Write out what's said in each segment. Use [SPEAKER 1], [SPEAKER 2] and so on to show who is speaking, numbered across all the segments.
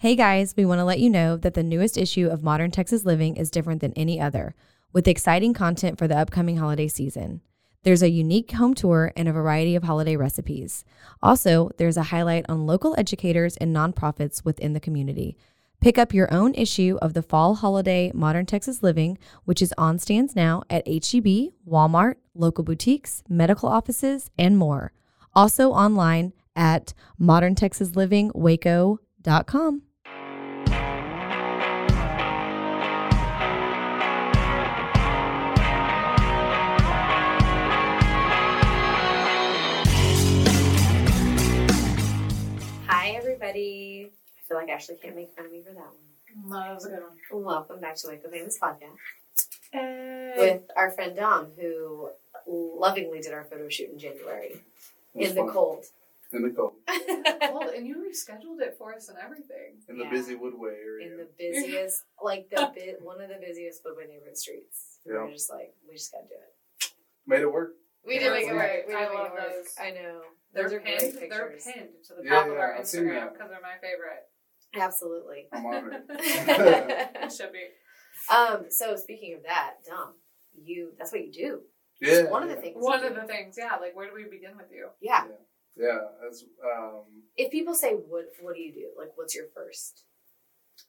[SPEAKER 1] Hey guys, we want to let you know that the newest issue of Modern Texas Living is different than any other, with exciting content for the upcoming holiday season. There's a unique home tour and a variety of holiday recipes. Also, there's a highlight on local educators and nonprofits within the community. Pick up your own issue of the fall holiday Modern Texas Living, which is on stands now at HEB, Walmart, local boutiques, medical offices, and more. Also online at moderntexaslivingwaco.com.
[SPEAKER 2] Hi, everybody. I feel like Ashley can't make fun of me for that one.
[SPEAKER 3] No, that was a good one.
[SPEAKER 2] Welcome back to Wake Up Famous Podcast
[SPEAKER 3] Hey.
[SPEAKER 2] with our friend Dom, who lovingly did our photo shoot in January
[SPEAKER 4] It
[SPEAKER 2] in
[SPEAKER 4] was
[SPEAKER 2] the
[SPEAKER 4] fun.
[SPEAKER 2] cold.
[SPEAKER 4] In the cold.
[SPEAKER 3] Well, and you rescheduled it for us and everything.
[SPEAKER 4] In the
[SPEAKER 2] Yeah.
[SPEAKER 4] busy Woodway area.
[SPEAKER 2] in the busiest, like the bit, one of the busiest Woodway neighborhood streets. We
[SPEAKER 4] Yeah.
[SPEAKER 2] were just like, we just gotta do it.
[SPEAKER 4] Made it work.
[SPEAKER 2] We
[SPEAKER 4] Yeah,
[SPEAKER 2] did make it
[SPEAKER 4] that's
[SPEAKER 2] work. We
[SPEAKER 3] great.
[SPEAKER 2] did
[SPEAKER 3] I
[SPEAKER 2] make
[SPEAKER 3] love
[SPEAKER 2] it work.
[SPEAKER 3] those.
[SPEAKER 2] I know.
[SPEAKER 3] They're
[SPEAKER 2] Those are
[SPEAKER 3] pinned.
[SPEAKER 2] great
[SPEAKER 3] They're
[SPEAKER 2] pictures.
[SPEAKER 3] pinned to the
[SPEAKER 4] Yeah,
[SPEAKER 3] top of
[SPEAKER 4] yeah,
[SPEAKER 3] our
[SPEAKER 4] I've seen
[SPEAKER 3] Instagram
[SPEAKER 4] that.
[SPEAKER 3] because they're my favorite.
[SPEAKER 2] Absolutely.
[SPEAKER 4] I'm honored.
[SPEAKER 3] It should be.
[SPEAKER 2] um. So speaking of that, Dom, you—that's what you do.
[SPEAKER 4] yeah.
[SPEAKER 2] One of
[SPEAKER 4] yeah.
[SPEAKER 2] the things. you
[SPEAKER 3] One
[SPEAKER 2] do.
[SPEAKER 3] of the things, yeah. Like, where do we begin with you?
[SPEAKER 2] Yeah.
[SPEAKER 4] Yeah. That's, um,
[SPEAKER 2] If people say, "What? What do you do? Like, what's your first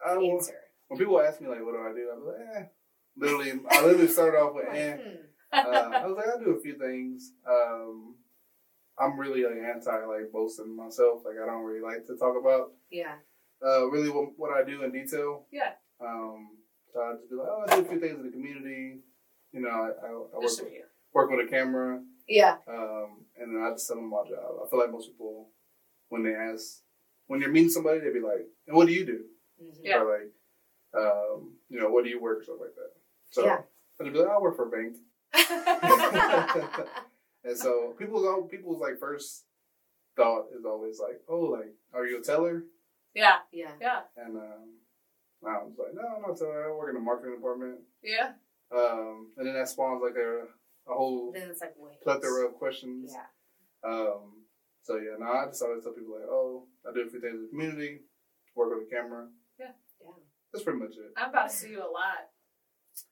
[SPEAKER 4] I will-
[SPEAKER 2] answer?"
[SPEAKER 4] when people ask me, like, what do I do? I'm like, eh. Literally, I literally started off with,
[SPEAKER 2] Like,
[SPEAKER 4] eh.
[SPEAKER 2] hmm.
[SPEAKER 4] Uh, I was like, I do a few things. Um, I'm really like anti like boasting myself. Like I don't really like to talk about
[SPEAKER 2] Yeah.
[SPEAKER 4] uh, really what, what I do in detail.
[SPEAKER 3] Yeah.
[SPEAKER 4] Um, so I just be like, oh, I do a few things in the community. You know, I, I, I work,
[SPEAKER 3] This should be you.
[SPEAKER 4] work with a camera.
[SPEAKER 2] Yeah.
[SPEAKER 4] Um, and then I just tell them my job. I feel like most people, when they ask, when you're meeting somebody, they'd be like, "And what do you do?"
[SPEAKER 2] Mhm.
[SPEAKER 3] Yeah.
[SPEAKER 4] Or like, um, you know, what do you work or stuff like that. So
[SPEAKER 2] Yeah.
[SPEAKER 4] I'd be like, "I work for a bank," and so people's all people's like first thought is always like, "Oh, like, are you a teller?"
[SPEAKER 3] Yeah,
[SPEAKER 2] yeah.
[SPEAKER 3] yeah,
[SPEAKER 4] And um, I was like, "No, I'm not a teller. I work in the marketing department."
[SPEAKER 3] yeah.
[SPEAKER 4] Um, and then that spawns like a a whole
[SPEAKER 2] Then it's like, wait.
[SPEAKER 4] plethora of questions.
[SPEAKER 2] Yeah.
[SPEAKER 4] Um, so yeah, no, I just always tell people like, oh, I do a few things in the community, work with a camera.
[SPEAKER 2] Yeah.
[SPEAKER 4] That's pretty much it.
[SPEAKER 3] I'm about to see you a lot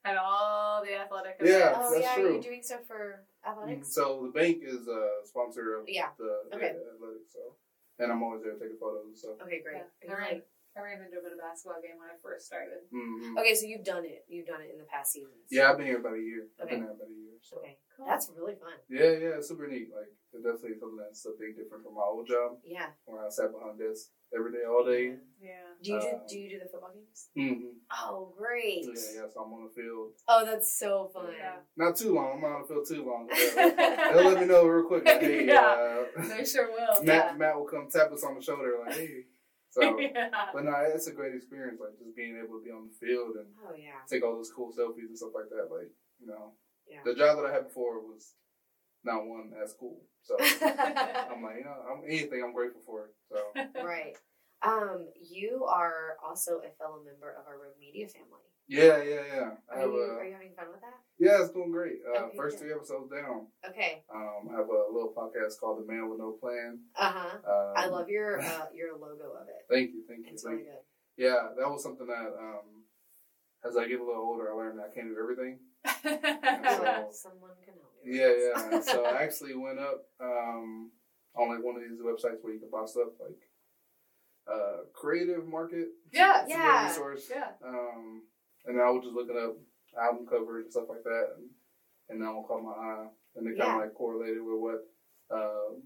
[SPEAKER 3] at all the athletic
[SPEAKER 4] Yeah,
[SPEAKER 3] events.
[SPEAKER 2] oh
[SPEAKER 4] that's
[SPEAKER 2] yeah. Are you
[SPEAKER 4] true. Mm,
[SPEAKER 2] doing stuff for athletics?
[SPEAKER 4] So the bank is a sponsor of
[SPEAKER 2] Yeah.
[SPEAKER 4] the
[SPEAKER 2] Okay.
[SPEAKER 4] yeah, athletics, so and I'm always there taking photos. So
[SPEAKER 2] Okay, great.
[SPEAKER 3] Yeah, I
[SPEAKER 2] Are you,
[SPEAKER 3] ran,
[SPEAKER 2] like-
[SPEAKER 3] I ran into a bit of basketball game when I first started.
[SPEAKER 4] mhm.
[SPEAKER 2] okay, so you've done it. You've done it in the past seasons.
[SPEAKER 4] yeah, I've been here about a year. I've
[SPEAKER 2] Okay.
[SPEAKER 4] been here about a year. So
[SPEAKER 2] Okay.
[SPEAKER 3] Cool.
[SPEAKER 2] That's really fun.
[SPEAKER 4] yeah, yeah, it's super neat. Like it's definitely something that's a big different from my old job
[SPEAKER 2] Yeah.
[SPEAKER 4] where I sat behind desk every day, all day.
[SPEAKER 3] Yeah.
[SPEAKER 2] Do you do,
[SPEAKER 4] Um,
[SPEAKER 2] do you do the football games?
[SPEAKER 4] Mm-hmm.
[SPEAKER 2] Oh, great.
[SPEAKER 4] Yeah, yeah. So I'm on the field.
[SPEAKER 2] Oh, that's so fun.
[SPEAKER 3] Yeah.
[SPEAKER 4] Not too long. I'm not on the field too long. but They'll let me know real quick. like, hey,
[SPEAKER 3] Yeah.
[SPEAKER 4] uh,
[SPEAKER 3] They sure will.
[SPEAKER 2] Yeah.
[SPEAKER 4] Matt, Matt will come tap us on the shoulder, like, hey. So,
[SPEAKER 3] yeah.
[SPEAKER 4] but no, it's a great experience, like just being able to be on the field and
[SPEAKER 2] Oh yeah.
[SPEAKER 4] take all those cool selfies and stuff like that. Like, you know,
[SPEAKER 2] Yeah.
[SPEAKER 4] the job that I had before was not one as cool. So
[SPEAKER 3] Yeah.
[SPEAKER 4] I'm like, you know, I'm anything I'm grateful for. So
[SPEAKER 2] right. Um, you are also a fellow member of our Rogue Media family.
[SPEAKER 4] yeah, yeah, yeah. I
[SPEAKER 2] Are
[SPEAKER 4] have
[SPEAKER 2] you
[SPEAKER 4] a,
[SPEAKER 2] are you having fun with that?
[SPEAKER 4] yeah, it's doing great. Uh,
[SPEAKER 2] Okay,
[SPEAKER 4] first
[SPEAKER 2] good.
[SPEAKER 4] three episodes down.
[SPEAKER 2] Okay.
[SPEAKER 4] Um, I have a little podcast called The Man with No Plan.
[SPEAKER 2] Uh huh.
[SPEAKER 4] Um,
[SPEAKER 2] I love your uh, your logo of it.
[SPEAKER 4] Thank you, thank you,
[SPEAKER 2] It's
[SPEAKER 4] thank
[SPEAKER 2] really
[SPEAKER 4] you.
[SPEAKER 2] good.
[SPEAKER 4] Yeah, that was something that um, as I get a little older, I learned that I can't do everything.
[SPEAKER 2] So someone can help you. with
[SPEAKER 4] Yeah,
[SPEAKER 2] this.
[SPEAKER 4] yeah. so I actually went up um, on like one of these websites where you can buy stuff. Like uh, creative market.
[SPEAKER 3] Yeah.
[SPEAKER 4] It's a good
[SPEAKER 2] Yeah.
[SPEAKER 4] resource.
[SPEAKER 3] Yeah.
[SPEAKER 4] Um, and I was just looking up album covers and stuff like that, and, and that one caught my eye, and it kind
[SPEAKER 2] Yeah.
[SPEAKER 4] of like correlated with what, um,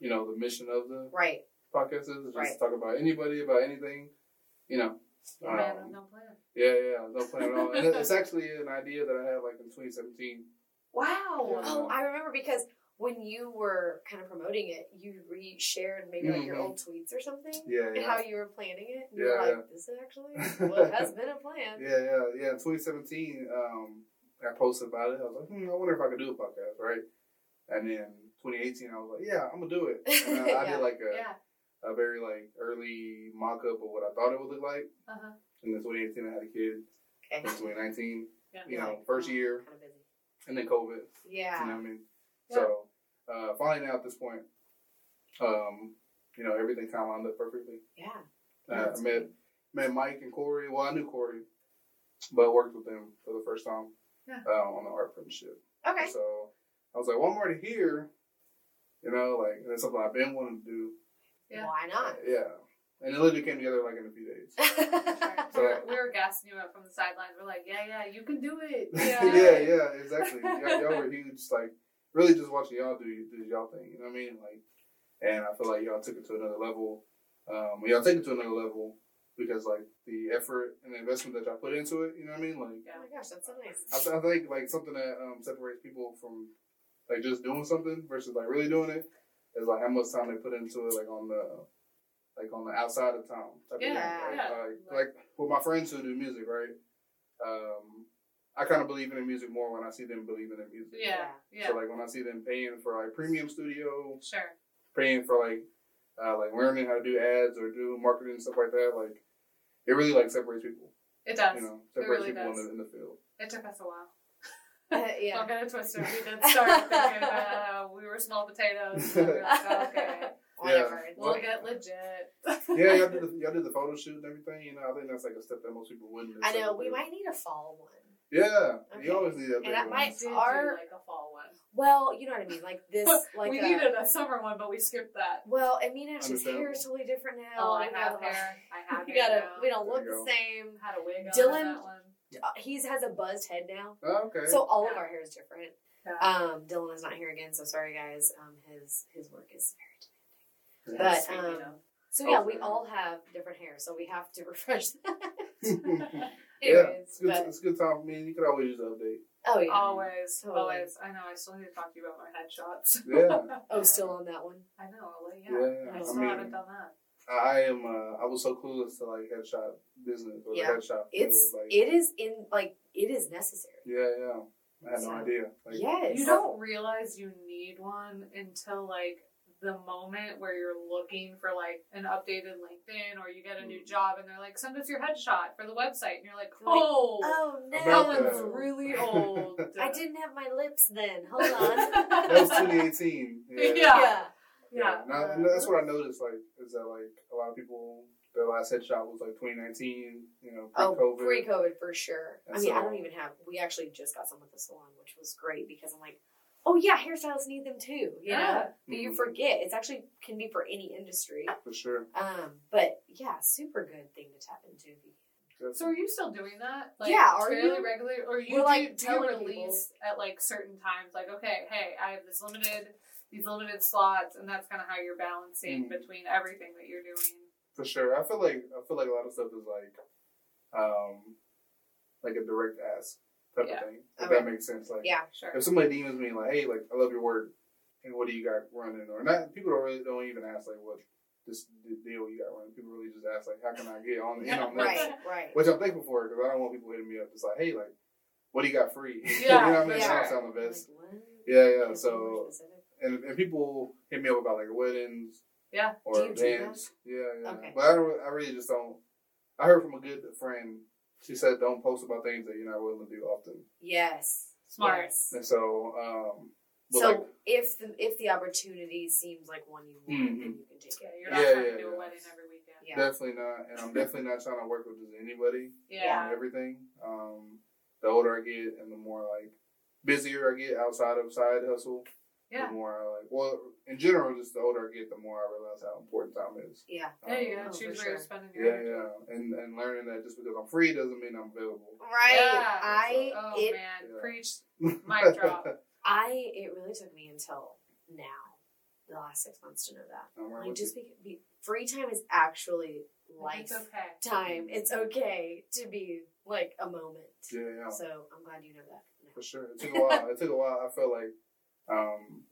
[SPEAKER 4] you know, the mission of the
[SPEAKER 2] Right.
[SPEAKER 4] podcast is, is just
[SPEAKER 2] Right.
[SPEAKER 4] talk about anybody, about anything, you know.
[SPEAKER 3] Yeah, man,
[SPEAKER 4] Um,
[SPEAKER 3] no plan.
[SPEAKER 4] yeah, yeah, no plan at all. And it- it's actually an idea that I had like in 2017.
[SPEAKER 2] Wow.
[SPEAKER 4] Yeah.
[SPEAKER 2] Oh, I remember because when you were kind of promoting it, you reshared maybe like your
[SPEAKER 4] Mhm.
[SPEAKER 2] old tweets or something.
[SPEAKER 4] Yeah,
[SPEAKER 2] And
[SPEAKER 4] yeah.
[SPEAKER 2] how you were planning it. And you were
[SPEAKER 4] Yeah,
[SPEAKER 2] like,
[SPEAKER 4] yeah.
[SPEAKER 2] this is actually what has been a plan.
[SPEAKER 4] Yeah, yeah, yeah. In 2017, um, I posted about it. I was like, hmm, I wonder if I could do a podcast, right? And then 2018, I was like, yeah, I'm gonna do it. And I, I
[SPEAKER 2] Yeah.
[SPEAKER 4] did like a,
[SPEAKER 3] Yeah.
[SPEAKER 4] a very like early mock up of what I thought it would look like.
[SPEAKER 3] Uh huh.
[SPEAKER 4] And then 2018, I had a kid.
[SPEAKER 2] Okay.
[SPEAKER 4] In 2019,
[SPEAKER 3] Yeah.
[SPEAKER 4] you know,
[SPEAKER 2] Like,
[SPEAKER 4] first
[SPEAKER 2] oh,
[SPEAKER 4] year,
[SPEAKER 2] Kind of busy.
[SPEAKER 4] and then COVID.
[SPEAKER 2] Yeah.
[SPEAKER 4] You know what I mean? So, uh, finally now at this point, um, you know, everything kind of lined up perfectly.
[SPEAKER 2] Yeah.
[SPEAKER 4] Uh, I met met Mike and Corey. Well, I knew Corey, but worked with them for the first time
[SPEAKER 3] Yeah.
[SPEAKER 4] uh, on the art apprenticeship.
[SPEAKER 2] Okay.
[SPEAKER 4] So I was like, well, I'm already here. You know, like that's something I've been wanting to do.
[SPEAKER 3] Yeah.
[SPEAKER 2] Why not?
[SPEAKER 4] Yeah, and it literally came together like in a few days.
[SPEAKER 3] we,
[SPEAKER 4] So-
[SPEAKER 2] Oh
[SPEAKER 3] were, we were gassing you up from the sidelines. We're like, yeah, yeah, you can do it.
[SPEAKER 4] yeah, yeah, exactly. Y'all, y'all were huge. Like really, just watching y'all do do y'all thing. You know what I mean? Like, and I feel like y'all took it to another level. Um, y'all take it to another level because like the effort and the investment that y'all put into it. You know what I mean? Like.
[SPEAKER 2] oh my gosh, that's so
[SPEAKER 4] I,
[SPEAKER 2] nice.
[SPEAKER 4] th- I think like something that um, separates people from like just doing something versus like really doing it is like how much time they put into it, like on the like on the outside of town. type of thing,
[SPEAKER 3] Yeah,
[SPEAKER 4] right?
[SPEAKER 3] yeah.
[SPEAKER 4] Like, like with my friends who do music, right? Um, I kind of believe in the music more when I see them believe in the music.
[SPEAKER 3] Yeah. Yeah.
[SPEAKER 4] So like when I see them paying for like premium studio,
[SPEAKER 3] sure.
[SPEAKER 4] paying for like uh, like learning how to do ads or do marketing and stuff like that, like it really like separates people.
[SPEAKER 3] It does.
[SPEAKER 4] You know, separates
[SPEAKER 3] really
[SPEAKER 4] people in
[SPEAKER 3] does.
[SPEAKER 4] the, in the field.
[SPEAKER 3] It took us a while.
[SPEAKER 2] Uh, yeah.
[SPEAKER 3] Don't get it twisted. We did start thinking uh, we were small potatoes. And we were like, okay,
[SPEAKER 2] Whatever.
[SPEAKER 3] we'll
[SPEAKER 4] Well-
[SPEAKER 3] get legit.
[SPEAKER 4] yeah, y'all did, the, y'all did the photo shoot and everything. You know, I think that's like a step that most people wouldn't.
[SPEAKER 2] I know. We
[SPEAKER 4] necessarily
[SPEAKER 2] might need a fall one.
[SPEAKER 4] do. Yeah,
[SPEAKER 2] Okay.
[SPEAKER 4] you always need that.
[SPEAKER 2] And that
[SPEAKER 4] big
[SPEAKER 2] might-
[SPEAKER 3] Did do,
[SPEAKER 2] Our-
[SPEAKER 3] like a fall one.
[SPEAKER 2] Well, you know what I mean. Like this, like
[SPEAKER 3] we
[SPEAKER 2] a,
[SPEAKER 3] needed a summer one, but we skipped that.
[SPEAKER 2] Well, and me and Ashley's hair
[SPEAKER 4] Understandable.
[SPEAKER 2] is totally different now.
[SPEAKER 3] Oh, I
[SPEAKER 2] We
[SPEAKER 3] have
[SPEAKER 2] gotta, like,
[SPEAKER 3] hair. I have
[SPEAKER 2] We
[SPEAKER 3] hair.
[SPEAKER 2] gotta.
[SPEAKER 3] now.
[SPEAKER 2] We don't
[SPEAKER 4] There
[SPEAKER 2] look
[SPEAKER 4] you
[SPEAKER 2] the
[SPEAKER 4] go.
[SPEAKER 2] same.
[SPEAKER 3] had a wig on
[SPEAKER 2] Dylan-
[SPEAKER 3] that one.
[SPEAKER 2] Uh, He's has a buzzed head now,
[SPEAKER 4] one. Oh, okay.
[SPEAKER 2] so all of our hair is different.
[SPEAKER 3] Yeah.
[SPEAKER 2] Um, Dylan is not here again, so sorry guys. Um, his his work is very
[SPEAKER 4] Yeah.
[SPEAKER 2] but,
[SPEAKER 3] Speaking
[SPEAKER 2] um,
[SPEAKER 3] of.
[SPEAKER 2] different. So yeah, we
[SPEAKER 4] Okay.
[SPEAKER 2] all have different hair, so we have to refresh that.
[SPEAKER 4] yeah,
[SPEAKER 2] Anyways,
[SPEAKER 4] it's good,
[SPEAKER 2] but
[SPEAKER 4] it's a good time. I mean, you could always use an update.
[SPEAKER 2] oh yeah,
[SPEAKER 3] Always,
[SPEAKER 2] Totally.
[SPEAKER 3] always. I know. I still need to talk to you about my headshots.
[SPEAKER 4] Yeah.
[SPEAKER 2] oh still on that one.
[SPEAKER 3] I know. Like, yeah.
[SPEAKER 4] Yeah,
[SPEAKER 3] I
[SPEAKER 2] I
[SPEAKER 3] still
[SPEAKER 4] mean-
[SPEAKER 3] haven't done that.
[SPEAKER 4] I am. Uh, I was so clueless to like headshot business or
[SPEAKER 2] Yeah.
[SPEAKER 4] the headshot. field,
[SPEAKER 2] It's
[SPEAKER 4] like,
[SPEAKER 2] it is in like it is necessary.
[SPEAKER 4] yeah, yeah. I had no
[SPEAKER 2] So-
[SPEAKER 4] idea. Like,
[SPEAKER 2] yes,
[SPEAKER 3] You don't realize you need one until like the moment where you're looking for like an updated LinkedIn or you get a new
[SPEAKER 4] Mm.
[SPEAKER 3] job and they're like, send us your headshot for the website, and you're like,
[SPEAKER 2] Like,
[SPEAKER 3] oh,
[SPEAKER 2] Oh
[SPEAKER 3] that
[SPEAKER 4] About
[SPEAKER 3] one's
[SPEAKER 2] no,
[SPEAKER 4] the-
[SPEAKER 3] really old.
[SPEAKER 2] I didn't have my lips then. Hold on.
[SPEAKER 4] That was 2018. Yeah.
[SPEAKER 3] Yeah.
[SPEAKER 4] Yeah,
[SPEAKER 3] Yeah.
[SPEAKER 4] and I- and that's what I
[SPEAKER 2] Uh-huh.
[SPEAKER 4] noticed. Like, is that like a lot of people their last headshot was like 2019. You know, pre-COVID.
[SPEAKER 2] Oh, pre COVID for sure. I
[SPEAKER 4] And
[SPEAKER 2] mean, I
[SPEAKER 4] so-
[SPEAKER 2] don't even have. We actually just got some at the salon, which was great because I'm like, oh yeah, hairstylists need them too. You know,
[SPEAKER 3] Yeah.
[SPEAKER 2] but you
[SPEAKER 4] Mhm.
[SPEAKER 2] forget it's actually can be for any industry.
[SPEAKER 4] for sure.
[SPEAKER 2] Um, but yeah, super good thing to tap into. if you-
[SPEAKER 3] So are you still doing that?
[SPEAKER 2] Yeah, are
[SPEAKER 3] fairly
[SPEAKER 2] you-
[SPEAKER 3] regularly, or you
[SPEAKER 2] We're,
[SPEAKER 3] do,
[SPEAKER 2] like,
[SPEAKER 3] do you
[SPEAKER 2] telling
[SPEAKER 3] release at like certain times? Like, okay, hey, I have this limited, these limited slots, and that's kind of how you're balancing
[SPEAKER 4] Mm.
[SPEAKER 3] between everything that you're doing.
[SPEAKER 4] for sure. I feel like I feel like a lot of stuff is like, um, like a direct ask type
[SPEAKER 3] Yeah.
[SPEAKER 4] of thing. If
[SPEAKER 2] Okay.
[SPEAKER 4] that makes sense. Like,
[SPEAKER 2] Yeah,
[SPEAKER 3] Sure.
[SPEAKER 4] if somebody DMs me like, "Hey, like I love your work, and what do you got running?" or not, people don't really don't even ask like what this the deal you got running. People really just ask like, "How can I get on the in on this?"
[SPEAKER 2] right, right.
[SPEAKER 4] Which I'm thankful for because I don't want people hitting me up. It's like, "Hey, like, what do you got free?"
[SPEAKER 3] Yeah,
[SPEAKER 4] you know what I mean?
[SPEAKER 3] yeah.
[SPEAKER 4] That don't sound the
[SPEAKER 2] I'm
[SPEAKER 4] best.
[SPEAKER 2] like, what? Can
[SPEAKER 4] Yeah, yeah.
[SPEAKER 2] you be more
[SPEAKER 4] So
[SPEAKER 2] specific?
[SPEAKER 4] and and people hit me up about like weddings.
[SPEAKER 3] Yeah.
[SPEAKER 2] Do
[SPEAKER 4] Or
[SPEAKER 2] you do that?
[SPEAKER 4] events. Yeah, yeah.
[SPEAKER 2] Okay.
[SPEAKER 4] But I, don't- I really just don't. I heard from a good friend. She said, "Don't post about things that you're not willing to do often."
[SPEAKER 2] yes,
[SPEAKER 3] Smart.
[SPEAKER 2] Yes.
[SPEAKER 4] And so, um, but
[SPEAKER 2] So
[SPEAKER 4] like,
[SPEAKER 2] if the if the opportunity seems like one you want, then
[SPEAKER 4] Mhm.
[SPEAKER 2] you can take
[SPEAKER 3] Yeah,
[SPEAKER 2] it.
[SPEAKER 3] you're not
[SPEAKER 4] Yeah,
[SPEAKER 3] trying
[SPEAKER 4] yeah,
[SPEAKER 3] to do a
[SPEAKER 4] yeah.
[SPEAKER 3] wedding every weekend.
[SPEAKER 2] Yeah.
[SPEAKER 4] definitely not. And I'm definitely not trying to work with just anybody on
[SPEAKER 3] Yeah.
[SPEAKER 4] everything. Um, the older I get, and the more like busier I get outside of side hustle,
[SPEAKER 3] Yeah.
[SPEAKER 4] The more I like, well, in general, just the older I get, the more I realize how important time is.
[SPEAKER 2] Yeah.
[SPEAKER 3] There you go.
[SPEAKER 2] Oh, for
[SPEAKER 3] Choose where
[SPEAKER 2] sure.
[SPEAKER 3] you're spending your
[SPEAKER 4] Yeah, yeah, and and learning that just because I'm free doesn't mean I'm available.
[SPEAKER 2] Right.
[SPEAKER 3] Yeah.
[SPEAKER 2] I
[SPEAKER 3] Oh
[SPEAKER 2] it
[SPEAKER 3] man,
[SPEAKER 4] Yeah.
[SPEAKER 3] preach. Mic drop.
[SPEAKER 2] I it really took me until now, the last six months to know that.
[SPEAKER 4] I'm right
[SPEAKER 2] Like
[SPEAKER 4] with you.
[SPEAKER 2] just be, be free time is actually
[SPEAKER 3] Like,
[SPEAKER 2] life
[SPEAKER 3] It's okay.
[SPEAKER 2] time. It's okay to be like a moment.
[SPEAKER 4] Yeah, yeah,
[SPEAKER 2] So I'm glad you know that.
[SPEAKER 4] for sure. It took a while. it took a while. I felt like um,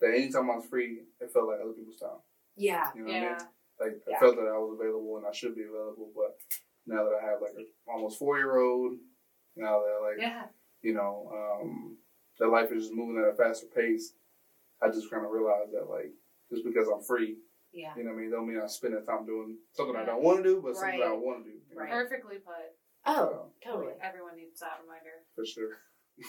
[SPEAKER 4] that anytime I was free, it felt like other people's time.
[SPEAKER 2] Yeah.
[SPEAKER 4] You know what I mean?
[SPEAKER 3] Yeah.
[SPEAKER 4] Like
[SPEAKER 2] Yeah.
[SPEAKER 4] I felt that I was available and I should be available, but now that I have like a almost four year old, now that like
[SPEAKER 3] Yeah.
[SPEAKER 4] you know um, that life is just moving at a faster pace, I just kind of realized that like just because I'm free,
[SPEAKER 2] Yeah.
[SPEAKER 4] you know what I mean, don't mean I spend that time doing something I
[SPEAKER 3] Right.
[SPEAKER 4] don't want to do, but something that I
[SPEAKER 2] Right.
[SPEAKER 4] want to do. you know?
[SPEAKER 2] Right.
[SPEAKER 3] Perfectly put.
[SPEAKER 2] Oh,
[SPEAKER 4] So,
[SPEAKER 2] totally.
[SPEAKER 3] Everyone needs that reminder.
[SPEAKER 4] for sure.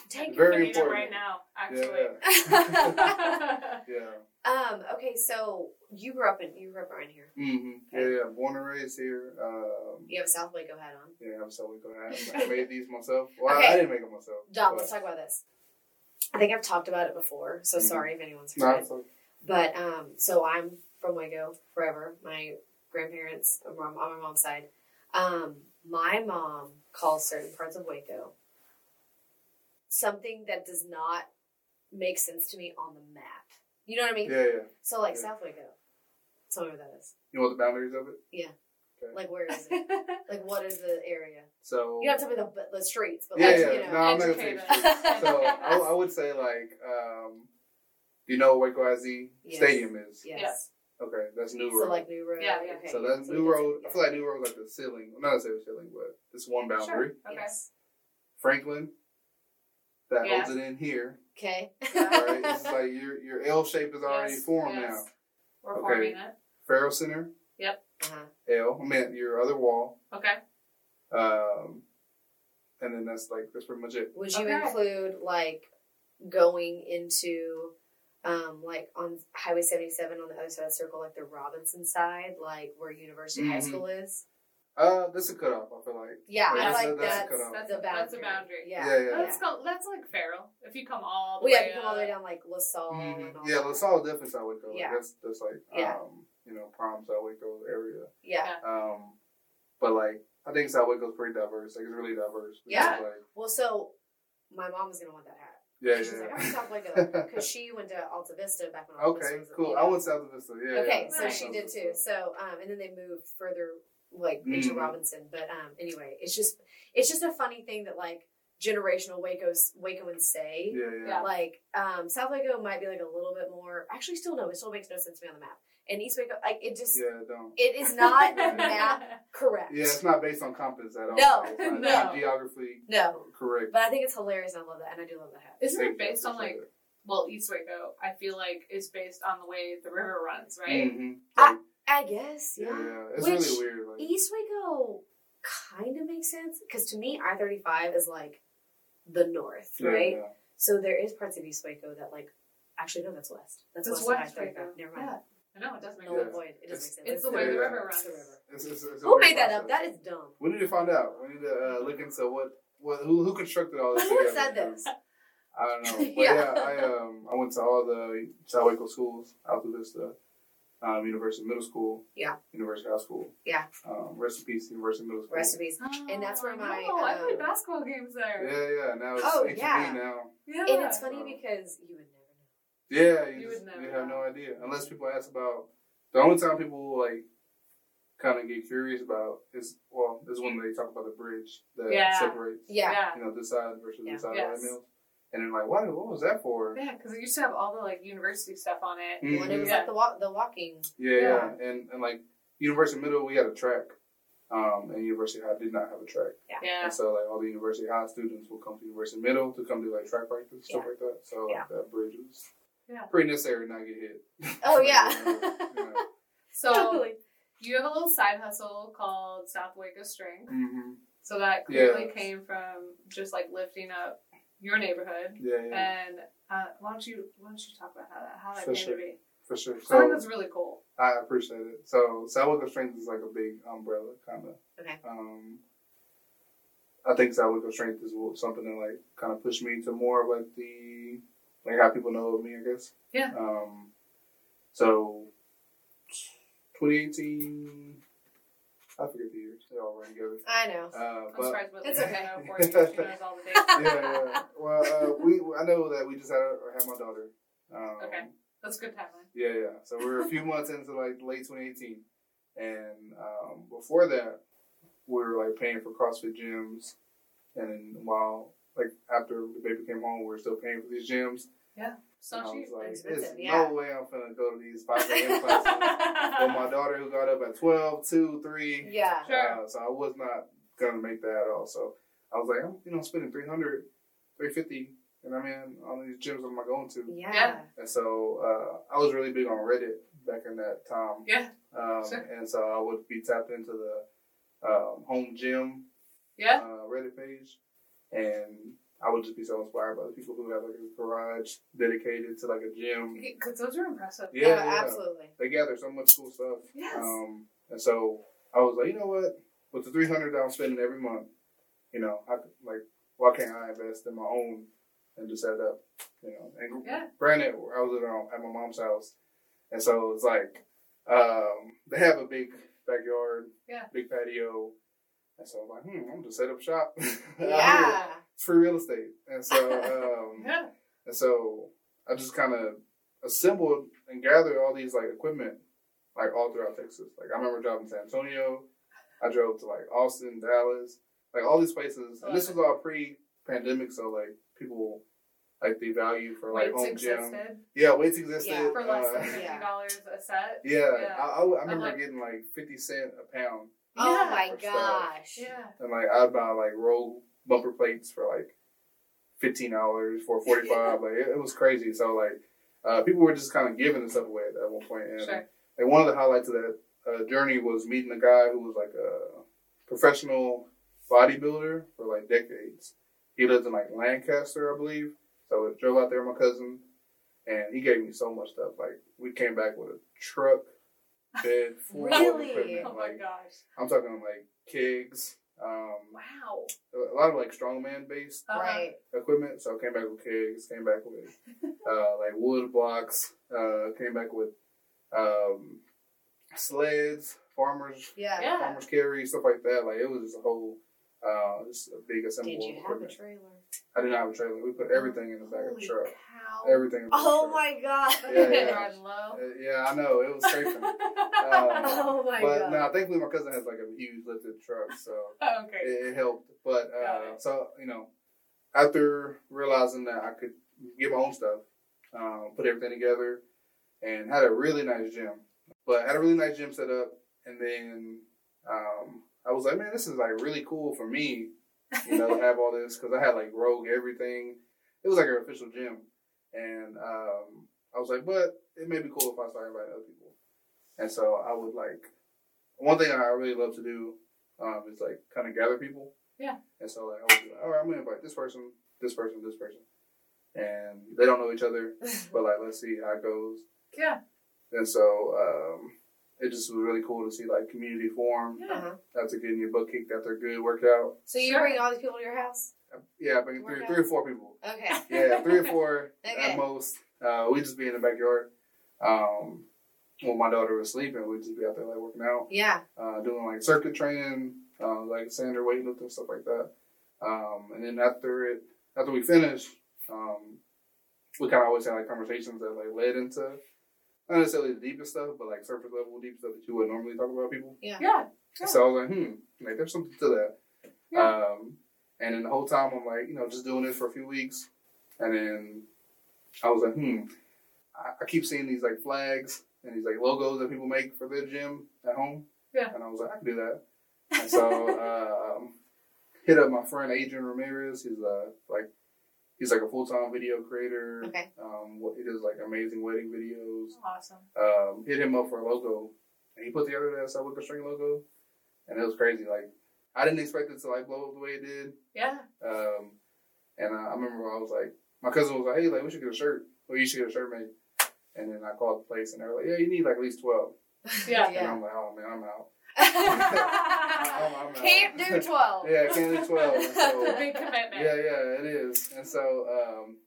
[SPEAKER 2] Take
[SPEAKER 4] Very
[SPEAKER 3] I need it
[SPEAKER 4] important.
[SPEAKER 3] right now, actually.
[SPEAKER 4] Yeah, yeah.
[SPEAKER 2] um, okay, so you grew up in you grew up around here.
[SPEAKER 4] hmm Yeah, yeah. Born and raised here. Um,
[SPEAKER 2] You have a South Waco hat on.
[SPEAKER 4] yeah, I'm so go ahead. I made these myself. Well, I, I
[SPEAKER 2] Okay.
[SPEAKER 4] didn't make them myself.
[SPEAKER 2] Dom,
[SPEAKER 4] but-
[SPEAKER 2] let's talk about this. I think I've talked about it before, so
[SPEAKER 4] Mhm.
[SPEAKER 2] sorry if anyone's heard
[SPEAKER 4] No,
[SPEAKER 2] it.
[SPEAKER 4] it's okay.
[SPEAKER 2] But um, so I'm from Waco forever. My grandparents are on on my mom's side. Um, my mom calls certain parts of Waco something that does not make sense to me on the map. You know what I mean?
[SPEAKER 4] yeah, yeah.
[SPEAKER 2] So like
[SPEAKER 4] Yeah.
[SPEAKER 2] South Waco. Tell me what that is.
[SPEAKER 4] You know the boundaries of it?
[SPEAKER 2] Like where is it? like what is the area?
[SPEAKER 4] So
[SPEAKER 2] You don't have to tell me the, the streets, but
[SPEAKER 4] yeah,
[SPEAKER 2] like
[SPEAKER 4] yeah.
[SPEAKER 2] you know.
[SPEAKER 4] no, I'm not gonna
[SPEAKER 3] educate
[SPEAKER 4] say
[SPEAKER 3] us.
[SPEAKER 4] shit. So oh, I, I would say like, um, you know what Waco IZ
[SPEAKER 2] Yes.
[SPEAKER 4] Stadium is?
[SPEAKER 2] Yes.
[SPEAKER 4] Okay, that's New Road.
[SPEAKER 2] So like New Road.
[SPEAKER 3] Yeah, yeah.
[SPEAKER 2] Okay.
[SPEAKER 4] So that's
[SPEAKER 2] So
[SPEAKER 4] New
[SPEAKER 2] we can-
[SPEAKER 4] Road. I
[SPEAKER 2] yeah.
[SPEAKER 4] feel like New Road like the ceiling. Not necessarily ceiling, but it's one boundary.
[SPEAKER 3] Sure. Okay.
[SPEAKER 2] Yes.
[SPEAKER 4] Franklin. That
[SPEAKER 3] Yeah.
[SPEAKER 4] holds it in here.
[SPEAKER 2] Okay.
[SPEAKER 4] Right? it's like your your L shape is already
[SPEAKER 3] Yes,
[SPEAKER 4] formed
[SPEAKER 3] yes.
[SPEAKER 4] now.
[SPEAKER 3] We're
[SPEAKER 4] Okay.
[SPEAKER 3] forming it.
[SPEAKER 4] Farrell Center,
[SPEAKER 2] uh-huh.
[SPEAKER 4] L. I mean your other wall.
[SPEAKER 3] Okay.
[SPEAKER 4] Um, and then that's like that's pretty much it.
[SPEAKER 2] Would you
[SPEAKER 3] Okay.
[SPEAKER 2] include like going into um like on Highway 77 on the other side of the circle, like the Robinson side, like where University High
[SPEAKER 4] Mhm.
[SPEAKER 2] School is?
[SPEAKER 4] Uh, that's a cutoff. I feel like.
[SPEAKER 2] Yeah,
[SPEAKER 4] Yeah,
[SPEAKER 2] I
[SPEAKER 4] so
[SPEAKER 2] like
[SPEAKER 4] that's
[SPEAKER 2] that's,
[SPEAKER 4] cut off.
[SPEAKER 2] the boundary.
[SPEAKER 3] That's a boundary.
[SPEAKER 2] Yeah.
[SPEAKER 4] Yeah, yeah.
[SPEAKER 3] That's called, that's like feral. If you come all the
[SPEAKER 2] Well, yeah,
[SPEAKER 3] way
[SPEAKER 2] you come all the way down like LaSalle and all
[SPEAKER 4] Mm-hmm. Yeah,
[SPEAKER 2] that.
[SPEAKER 4] LaSalle definitely South Waco. Like,
[SPEAKER 2] Yeah.
[SPEAKER 4] that's that's like
[SPEAKER 2] Yeah.
[SPEAKER 4] um, you know, prime South Waco area.
[SPEAKER 2] Yeah.
[SPEAKER 3] Yeah.
[SPEAKER 4] Um, but like I think South Waco's pretty diverse. Like it's really diverse. because,
[SPEAKER 2] Yeah.
[SPEAKER 4] Like,
[SPEAKER 2] Well, so my mom is gonna want that hat.
[SPEAKER 4] yeah,
[SPEAKER 2] She's
[SPEAKER 4] yeah.
[SPEAKER 2] like, I'm South Waco because she went to Alta Vista back when Alta
[SPEAKER 4] okay,
[SPEAKER 2] Vista was a
[SPEAKER 4] cool.
[SPEAKER 2] thing.
[SPEAKER 4] I went South of Vista. Yeah.
[SPEAKER 2] Okay,
[SPEAKER 4] yeah.
[SPEAKER 2] so
[SPEAKER 3] Nice.
[SPEAKER 2] she did too. So, um, and then they moved further, like into
[SPEAKER 4] Mhm.
[SPEAKER 2] Robinson. But um, anyway, it's just it's just a funny thing that like generational Waco's Wacoans say.
[SPEAKER 4] Yeah, yeah.
[SPEAKER 3] Yeah.
[SPEAKER 2] Like um, South Waco might be like a little bit more. Actually, still no, it still makes no sense to me on the map. And East Waco, like it just
[SPEAKER 4] Yeah, don't.
[SPEAKER 2] it is not map correct.
[SPEAKER 4] Yeah, it's not based on compass at all.
[SPEAKER 2] No,
[SPEAKER 4] It's not
[SPEAKER 3] no.
[SPEAKER 4] Geographically
[SPEAKER 2] No,
[SPEAKER 4] correct.
[SPEAKER 2] but I think it's hilarious. and I love that, and I do love that hat.
[SPEAKER 3] Isn't
[SPEAKER 4] Thank
[SPEAKER 3] it
[SPEAKER 4] you.
[SPEAKER 3] based on like well East Waco? I feel like it's based on the way the river runs, right?
[SPEAKER 4] Mhm.
[SPEAKER 2] I-
[SPEAKER 4] Like,
[SPEAKER 2] I guess,
[SPEAKER 4] yeah,
[SPEAKER 2] yeah.
[SPEAKER 4] yeah. It's
[SPEAKER 2] Which
[SPEAKER 4] really weird. Like,
[SPEAKER 2] East Waco kind of makes sense because to me, I thirty five is like the north,
[SPEAKER 4] yeah,
[SPEAKER 2] right?
[SPEAKER 4] yeah.
[SPEAKER 2] So there is parts of East Waco that like actually no, that's west. That's,
[SPEAKER 3] It's
[SPEAKER 2] west.
[SPEAKER 3] West
[SPEAKER 2] of I-35.
[SPEAKER 3] Waco.
[SPEAKER 2] Never
[SPEAKER 3] Yeah.
[SPEAKER 2] mind.
[SPEAKER 3] I know it does make
[SPEAKER 2] Null and
[SPEAKER 3] sense.
[SPEAKER 4] Yeah.
[SPEAKER 2] void. It doesn't make
[SPEAKER 4] It's-
[SPEAKER 2] sense.
[SPEAKER 3] It's the way
[SPEAKER 4] Yeah.
[SPEAKER 3] the river
[SPEAKER 2] It's
[SPEAKER 3] runs.
[SPEAKER 2] the river.
[SPEAKER 4] It's, it's, it's a
[SPEAKER 2] Who
[SPEAKER 4] weird
[SPEAKER 2] made that
[SPEAKER 4] process.
[SPEAKER 2] up? That is dumb.
[SPEAKER 4] We need to find out. We need to uh, look into what, what who, who constructed all this.
[SPEAKER 2] Who
[SPEAKER 4] together.
[SPEAKER 2] said this?
[SPEAKER 4] I don't know. But
[SPEAKER 2] Yeah.
[SPEAKER 4] yeah, I um I went to all the South Waco schools, Alta Vista, um, University Middle School,
[SPEAKER 2] Yeah.
[SPEAKER 4] University High School,
[SPEAKER 2] Yeah.
[SPEAKER 4] um, rest in peace, University Middle School.
[SPEAKER 2] Recipes. And that's where
[SPEAKER 3] Oh,
[SPEAKER 2] my,
[SPEAKER 3] no, I played
[SPEAKER 2] um,
[SPEAKER 3] basketball games there.
[SPEAKER 4] Yeah, yeah. Now it's
[SPEAKER 2] Oh,
[SPEAKER 4] HEB
[SPEAKER 2] yeah.
[SPEAKER 4] now.
[SPEAKER 3] Yeah.
[SPEAKER 2] And it's funny
[SPEAKER 4] Wow.
[SPEAKER 2] because you would never know.
[SPEAKER 4] Yeah, you,
[SPEAKER 3] You
[SPEAKER 4] just,
[SPEAKER 3] would never
[SPEAKER 4] you have
[SPEAKER 3] know.
[SPEAKER 4] no idea unless people ask about. The only time people like kind of get curious about is well is when they talk about the bridge that
[SPEAKER 3] Yeah.
[SPEAKER 4] separates
[SPEAKER 2] Yeah.
[SPEAKER 4] you know this side versus
[SPEAKER 2] Yeah.
[SPEAKER 4] this side
[SPEAKER 3] Yes.
[SPEAKER 4] of the mill, and then like what what was that for?
[SPEAKER 3] Yeah, because it used to have all the like university stuff on it.
[SPEAKER 4] Mhm.
[SPEAKER 2] When it was
[SPEAKER 3] Yeah.
[SPEAKER 2] like the walk, the walking.
[SPEAKER 4] Yeah, yeah, and and like University Middle, we had a track, um, and University High did not have a track,
[SPEAKER 3] Yeah.
[SPEAKER 4] and so like all the University High students would come to University Middle to come do like track practice and stuff
[SPEAKER 2] Yeah.
[SPEAKER 4] like that. So like,
[SPEAKER 2] Yeah.
[SPEAKER 4] that bridge was
[SPEAKER 3] Yeah.
[SPEAKER 4] pretty necessary to not get hit.
[SPEAKER 2] Oh yeah.
[SPEAKER 4] You know.
[SPEAKER 3] So you have a little side hustle called South Waco String.
[SPEAKER 4] Mhm.
[SPEAKER 3] So that clearly
[SPEAKER 4] Yeah.
[SPEAKER 3] came from just like lifting up your neighborhood.
[SPEAKER 4] Yeah, yeah,
[SPEAKER 3] And uh, why don't you why don't you talk about how that how that
[SPEAKER 4] For
[SPEAKER 3] came
[SPEAKER 4] sure.
[SPEAKER 3] to be?
[SPEAKER 4] for sure.
[SPEAKER 3] 'Cause I think
[SPEAKER 4] So
[SPEAKER 3] that's really cool.
[SPEAKER 4] I appreciate it. So Southwick of Strength is like a big umbrella kind of.
[SPEAKER 2] Okay.
[SPEAKER 4] Um, I think Southwick of Strength is something that like kind of pushed me to more of like the like how people know of me, I guess.
[SPEAKER 3] Yeah.
[SPEAKER 4] Um, so 2018, I forget the year. They all run together.
[SPEAKER 2] I know.
[SPEAKER 4] Uh,
[SPEAKER 3] I'm
[SPEAKER 4] but
[SPEAKER 3] surprised what
[SPEAKER 2] It's
[SPEAKER 3] it's
[SPEAKER 2] okay.
[SPEAKER 3] okay. know for you. She knows all the dates.
[SPEAKER 4] yeah, yeah. Well, uh, we I know that we just had had my daughter. Um,
[SPEAKER 3] Okay. That's good timeline.
[SPEAKER 4] Yeah, yeah. So we're a few months into like late 2018, and um, before that, we were like paying for CrossFit gyms, and then while like after the baby came home, we were still paying for these gyms.
[SPEAKER 3] It's not
[SPEAKER 4] And I was
[SPEAKER 3] cheap.
[SPEAKER 4] like,
[SPEAKER 2] expensive,
[SPEAKER 4] "There's
[SPEAKER 2] yeah."
[SPEAKER 4] no way I'm gonna go to these 5 a.m. classes with Oh my daughter who got up at 12, 2, 3.
[SPEAKER 2] Yeah.
[SPEAKER 3] Sure.
[SPEAKER 4] Uh, so I was not gonna make that at all. So I was like, I'm you know spending 300, 350, and I mean all these gyms am I going to?
[SPEAKER 2] Yeah.
[SPEAKER 3] Yeah.
[SPEAKER 4] And so uh, I was really big on Reddit back in that time.
[SPEAKER 3] Yeah.
[SPEAKER 4] Um,
[SPEAKER 3] Sure.
[SPEAKER 4] And so I would be tapped into the um, home gym
[SPEAKER 3] Yeah.
[SPEAKER 4] uh, Reddit page, and I would just be so inspired by the people who have like a garage dedicated to like a gym.
[SPEAKER 3] Because those are impressive.
[SPEAKER 4] Yeah,
[SPEAKER 2] Oh,
[SPEAKER 4] yeah.
[SPEAKER 2] absolutely.
[SPEAKER 4] They gather so much cool stuff.
[SPEAKER 3] Yes.
[SPEAKER 4] Um, and so I was like, you know what? With the three hundred that I'm spending every month, you know, I could, like why can't I invest in my own and just set it up, you know? And
[SPEAKER 3] Yeah.
[SPEAKER 4] granted, I was at, um, at my mom's house, and so it's like um, they have a big backyard,
[SPEAKER 3] Yeah.
[SPEAKER 4] big patio, and so I'm like, hmm, I'm just set up shop. out here.
[SPEAKER 2] Yeah.
[SPEAKER 4] it's free real estate, and so um,
[SPEAKER 3] Yeah.
[SPEAKER 4] and so I just kind of assembled and gathered all these like equipment, like all throughout Texas. Like I remember driving to San Antonio, I drove to like Austin, Dallas, like all these places. And this was all pre-pandemic, so like people like the value for like
[SPEAKER 3] Weights
[SPEAKER 4] home gym,
[SPEAKER 3] existed
[SPEAKER 4] yeah, weights existed.
[SPEAKER 2] Yeah,
[SPEAKER 3] for less than
[SPEAKER 4] uh,
[SPEAKER 3] fifty
[SPEAKER 2] Yeah.
[SPEAKER 3] dollars a set.
[SPEAKER 4] yeah, I, I, I remember
[SPEAKER 3] like-
[SPEAKER 4] getting like fifty cent a pound,
[SPEAKER 2] Oh
[SPEAKER 3] Yeah.
[SPEAKER 2] my
[SPEAKER 4] For sure.
[SPEAKER 2] gosh.
[SPEAKER 3] Yeah.
[SPEAKER 4] and like I'd buy like roll bumper plates for like fifteen dollars for forty five. like it, it was crazy. So like uh, people were just kind of giving this stuff away at, at one point. And
[SPEAKER 3] Sure.
[SPEAKER 4] and one of the highlights of that uh, journey was meeting a guy who was like a professional bodybuilder for like decades. He lives in like Lancaster, I believe. So I drove out there with my cousin, and he gave me so much stuff. Like we came back with a truck, bed, full of
[SPEAKER 2] Really?
[SPEAKER 4] equipment.
[SPEAKER 3] Oh my
[SPEAKER 4] like
[SPEAKER 3] gosh.
[SPEAKER 4] I'm talking like kegs, um,
[SPEAKER 3] Wow.
[SPEAKER 4] a lot of like strongman based
[SPEAKER 3] Uh-huh.
[SPEAKER 2] Right.
[SPEAKER 4] equipment. So I came back with kegs, came back with uh, like wood blocks, uh, came back with um, sleds, farmers,
[SPEAKER 2] Yeah.
[SPEAKER 3] Yeah.
[SPEAKER 4] farmers carry stuff like that. Like it was just a whole, uh, just a big assembly.
[SPEAKER 2] Did
[SPEAKER 4] of
[SPEAKER 2] you have a
[SPEAKER 4] equipment.
[SPEAKER 2] trailer?
[SPEAKER 4] I didn't have a trailer. We put everything in the back of the
[SPEAKER 3] Holy
[SPEAKER 4] truck.
[SPEAKER 3] cow.
[SPEAKER 4] Everything. in the back of the
[SPEAKER 2] Oh
[SPEAKER 4] truck.
[SPEAKER 2] my god.
[SPEAKER 4] Yeah, yeah.
[SPEAKER 3] Riding low.
[SPEAKER 4] Uh, yeah, I know it was crazy. Uh,
[SPEAKER 2] oh my
[SPEAKER 4] but
[SPEAKER 2] god.
[SPEAKER 4] no, thankfully my cousin has like a huge lifted truck, so.
[SPEAKER 3] Oh, okay.
[SPEAKER 4] it, it helped. But
[SPEAKER 3] Got
[SPEAKER 4] uh,
[SPEAKER 3] it.
[SPEAKER 4] so you know, after realizing that I could get my own stuff, um, put everything together, and had a really nice gym. But had a really nice gym set up, and then um, I was like, man, this is like really cool for me, you know, to have all this because I had like Rogue everything. It was like an official gym, and um, I was like, but it may be cool if I start inviting other people. And so I would like one thing I really love to do um, is like kind of gather people.
[SPEAKER 3] Yeah.
[SPEAKER 4] And so like I would be like, all right, I'm gonna invite this person, this person, this person, and they don't know each other, but like let's see how it goes.
[SPEAKER 3] Yeah.
[SPEAKER 4] And so um, it just was really cool to see like community form
[SPEAKER 3] Yeah.
[SPEAKER 2] Uh-huh.
[SPEAKER 4] after getting your butt kicked after a good workout.
[SPEAKER 2] So you
[SPEAKER 3] Sure.
[SPEAKER 2] bring all these people to your house?
[SPEAKER 4] Yeah, I think three,
[SPEAKER 2] Workout.
[SPEAKER 4] three or four people.
[SPEAKER 2] Okay.
[SPEAKER 4] Yeah, three or four
[SPEAKER 2] Okay.
[SPEAKER 4] at most. Uh, we just be in the backyard. Um, when my daughter was sleeping, we'd just be out there like working out.
[SPEAKER 2] Yeah.
[SPEAKER 4] uh, doing like circuit training, uh, like Sandra weightlifting stuff like that. Um, and then after it, after we finished, um, we kind of always had like conversations that like led into not necessarily the deepest stuff, but like surface level deep stuff that you would normally talk about with people.
[SPEAKER 3] Yeah. Yeah.
[SPEAKER 4] So I was like, hmm, like there's something to that.
[SPEAKER 3] Yeah.
[SPEAKER 4] Um, and then the whole time I'm like, you know, just doing this for a few weeks, and then I was like, hmm, I, I keep seeing these like flags and these like logos that people make for their gym at home.
[SPEAKER 3] Yeah.
[SPEAKER 4] And I was like, I can do that. And so um, hit up my friend Adrian Ramirez. He's uh like he's like a full time video creator.
[SPEAKER 2] Okay.
[SPEAKER 4] Um, what- he does like amazing wedding videos
[SPEAKER 3] Awesome.
[SPEAKER 4] um, hit him up for a logo, and he put together that Subwoofer String logo, and it was crazy. Like I didn't expect it to like blow up the way it did.
[SPEAKER 3] Yeah.
[SPEAKER 4] Um, and I, I remember I was like, my cousin was like, "Hey, like we should get a shirt. Well, you should get a shirt made." And then I called the place, and they were like, "Yeah, you need like at least 12.
[SPEAKER 3] Yeah.
[SPEAKER 4] And
[SPEAKER 2] Yeah.
[SPEAKER 4] I'm like, "Oh man, I'm out.
[SPEAKER 3] it's
[SPEAKER 4] I'm, I'm out."
[SPEAKER 2] Can't do twelve.
[SPEAKER 4] yeah, can't do twelve. And so-
[SPEAKER 3] a big commitment.
[SPEAKER 4] yeah, yeah, it is. And so um,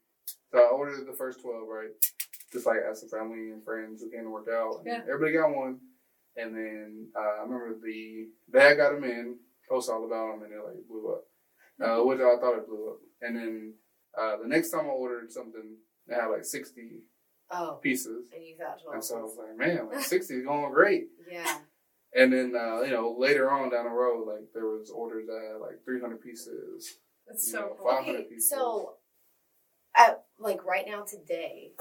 [SPEAKER 4] So I ordered the first 12, right? Just like asked the family and friends who came to work out. and
[SPEAKER 3] Yeah.
[SPEAKER 4] Everybody got one. And then uh, I remember the dad got them in, posted all about them, and it like blew up. Uh, which I thought it blew up. And then uh, the next time I ordered something, they had like 60
[SPEAKER 2] Oh,
[SPEAKER 4] pieces.
[SPEAKER 2] and you thought twelve.
[SPEAKER 4] And so I was
[SPEAKER 2] was-
[SPEAKER 4] like, man, like 60 is going great.
[SPEAKER 2] yeah.
[SPEAKER 4] And then, uh, you know, later on down the road, like there was orders that had like 300 pieces.
[SPEAKER 3] That's
[SPEAKER 4] you
[SPEAKER 3] so
[SPEAKER 4] know,
[SPEAKER 3] cool.
[SPEAKER 4] 500
[SPEAKER 2] Okay,
[SPEAKER 4] pieces.
[SPEAKER 2] so, at, like right now today,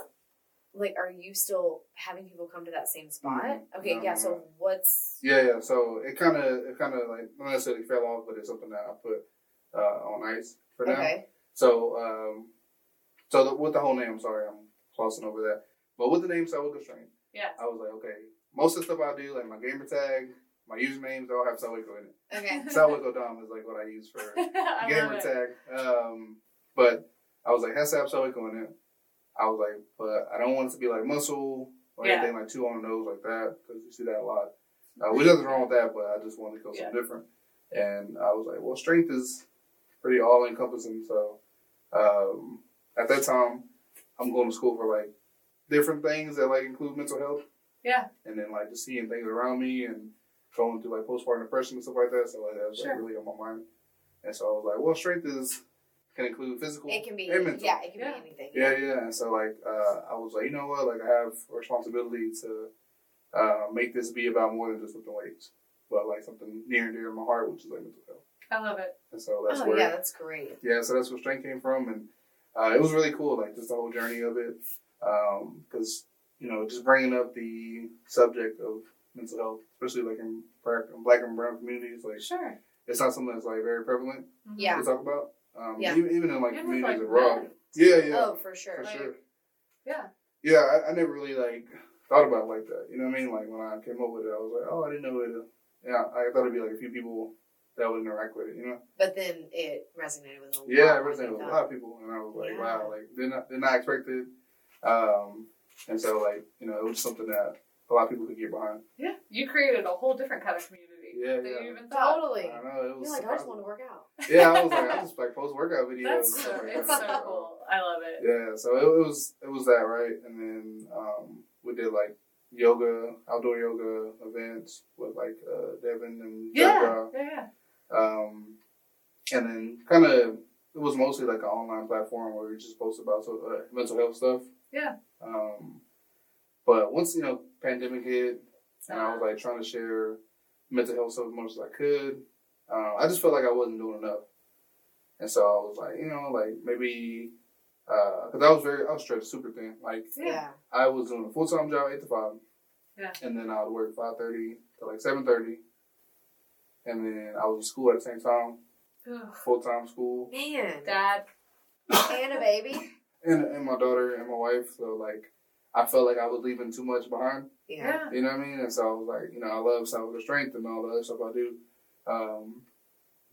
[SPEAKER 2] like are you still having people come to that same spot?
[SPEAKER 4] Mhm.
[SPEAKER 2] Okay,
[SPEAKER 4] No,
[SPEAKER 2] yeah.
[SPEAKER 4] no,
[SPEAKER 2] So
[SPEAKER 4] no.
[SPEAKER 2] what's
[SPEAKER 4] Yeah, yeah. So it kind of, it kind of like not necessarily fell off, but it's something that I put uh, on ice for now.
[SPEAKER 2] okay?
[SPEAKER 4] So, um, so the, with the whole name, sorry, I'm glossing over that. But with the name Selwood Constraint,
[SPEAKER 3] Yeah.
[SPEAKER 4] I was like, okay, most of the stuff I do, like my gamer tag, my usernames, they all have Selwico in it.
[SPEAKER 2] Okay.
[SPEAKER 4] Selwico Dom is like what I use for
[SPEAKER 3] I love
[SPEAKER 4] gamer
[SPEAKER 3] it.
[SPEAKER 4] tag. Um, but I was like, has to have Selwico in it. I was like, but I don't want it to be like muscle or
[SPEAKER 3] Yeah.
[SPEAKER 4] anything like too on the nose like that because you see that a lot. Uh, which nothing wrong with that, but I just wanted to go
[SPEAKER 3] Yeah.
[SPEAKER 4] something different. And I was like, well, strength is pretty all encompassing. So um, at that time, I'm going to school for like different things that like include mental health
[SPEAKER 3] Yeah.
[SPEAKER 4] and then like just seeing things around me and going through like postpartum depression and stuff like that. So like, that was like,
[SPEAKER 3] Sure.
[SPEAKER 4] really on my mind. And so I was like, well, strength is can include physical.
[SPEAKER 2] It can be
[SPEAKER 4] and mental.
[SPEAKER 2] yeah. It can
[SPEAKER 3] Yeah.
[SPEAKER 2] be anything.
[SPEAKER 4] Yeah, yeah. And so like uh, I was like, you know what? Like I have a responsibility to uh, make this be about more than just lifting weights, but like something near and dear to my heart, which is like mental health.
[SPEAKER 3] I love it.
[SPEAKER 4] And so that's
[SPEAKER 2] oh
[SPEAKER 4] where
[SPEAKER 2] yeah, that's great.
[SPEAKER 4] yeah, so that's where strength came from, and uh, it was really cool, like just the whole journey of it, because you know, just bringing up the subject of mental health, especially like in black, in black and brown communities, like
[SPEAKER 3] Sure.
[SPEAKER 4] it's not something that's like very prevalent
[SPEAKER 2] Yeah.
[SPEAKER 4] to talk about. Um,
[SPEAKER 2] Yeah.
[SPEAKER 4] even, even in like
[SPEAKER 3] Even with,
[SPEAKER 4] communities
[SPEAKER 3] like,
[SPEAKER 4] abroad.
[SPEAKER 3] men.
[SPEAKER 4] Yeah, yeah,
[SPEAKER 2] Oh, for sure.
[SPEAKER 4] for
[SPEAKER 3] like-
[SPEAKER 4] sure.
[SPEAKER 3] Yeah.
[SPEAKER 4] Yeah, I, I never really like thought about it like that. You know what I mean? Like when I came up with it, I was like, oh, I didn't know it. Yeah, I thought it'd be like a few people that would interact with it. You know.
[SPEAKER 2] But then it resonated with a lot.
[SPEAKER 4] Yeah, I
[SPEAKER 2] more
[SPEAKER 4] resonated with a
[SPEAKER 2] people.
[SPEAKER 4] lot of people, and I was like,
[SPEAKER 2] Yeah.
[SPEAKER 4] wow, like they're not they're not expected, um, and so like you know it was something that a lot of people could get behind.
[SPEAKER 3] Yeah. You created a whole different kind of community
[SPEAKER 4] Yeah,
[SPEAKER 3] that
[SPEAKER 4] yeah.
[SPEAKER 3] you even thought.
[SPEAKER 4] I
[SPEAKER 2] Totally.
[SPEAKER 4] don't know it was
[SPEAKER 2] You're like, I just want to work out.
[SPEAKER 4] yeah, I was like I just like post workout videos. and
[SPEAKER 3] That's
[SPEAKER 4] stuff
[SPEAKER 3] so,
[SPEAKER 4] like
[SPEAKER 3] it's
[SPEAKER 4] that.
[SPEAKER 3] so cool. I love it.
[SPEAKER 4] Yeah, so it, was it was that right, and then um, we did like yoga, outdoor yoga events with like uh, Devin and
[SPEAKER 3] Yeah.
[SPEAKER 4] Deborah.
[SPEAKER 3] Yeah. yeah.
[SPEAKER 4] Um, and then kind of it was mostly like an online platform where we just post about so, uh, mental health stuff.
[SPEAKER 3] Yeah.
[SPEAKER 4] Um, but once you know pandemic hit, and I was like trying to share mental health stuff as much as I could, um, I just felt like I wasn't doing enough, and so I was like, you know, like maybe because I was very I was stretched super thin. Like
[SPEAKER 3] Yeah.
[SPEAKER 2] Yeah.
[SPEAKER 4] I was doing a full time job eight to five.
[SPEAKER 3] Yeah.
[SPEAKER 4] And then I would work five thirty to like seven thirty. And then I was in school at the same time,
[SPEAKER 3] Ugh.
[SPEAKER 4] full time school.
[SPEAKER 2] Man.
[SPEAKER 3] Dad.
[SPEAKER 2] and a baby.
[SPEAKER 4] And and my daughter and my wife, so like I felt like I was leaving too much behind.
[SPEAKER 2] Yeah.
[SPEAKER 3] Yeah.
[SPEAKER 4] You know what I mean? And so I was like, you know, I love some of the strength and all the other stuff I do. Um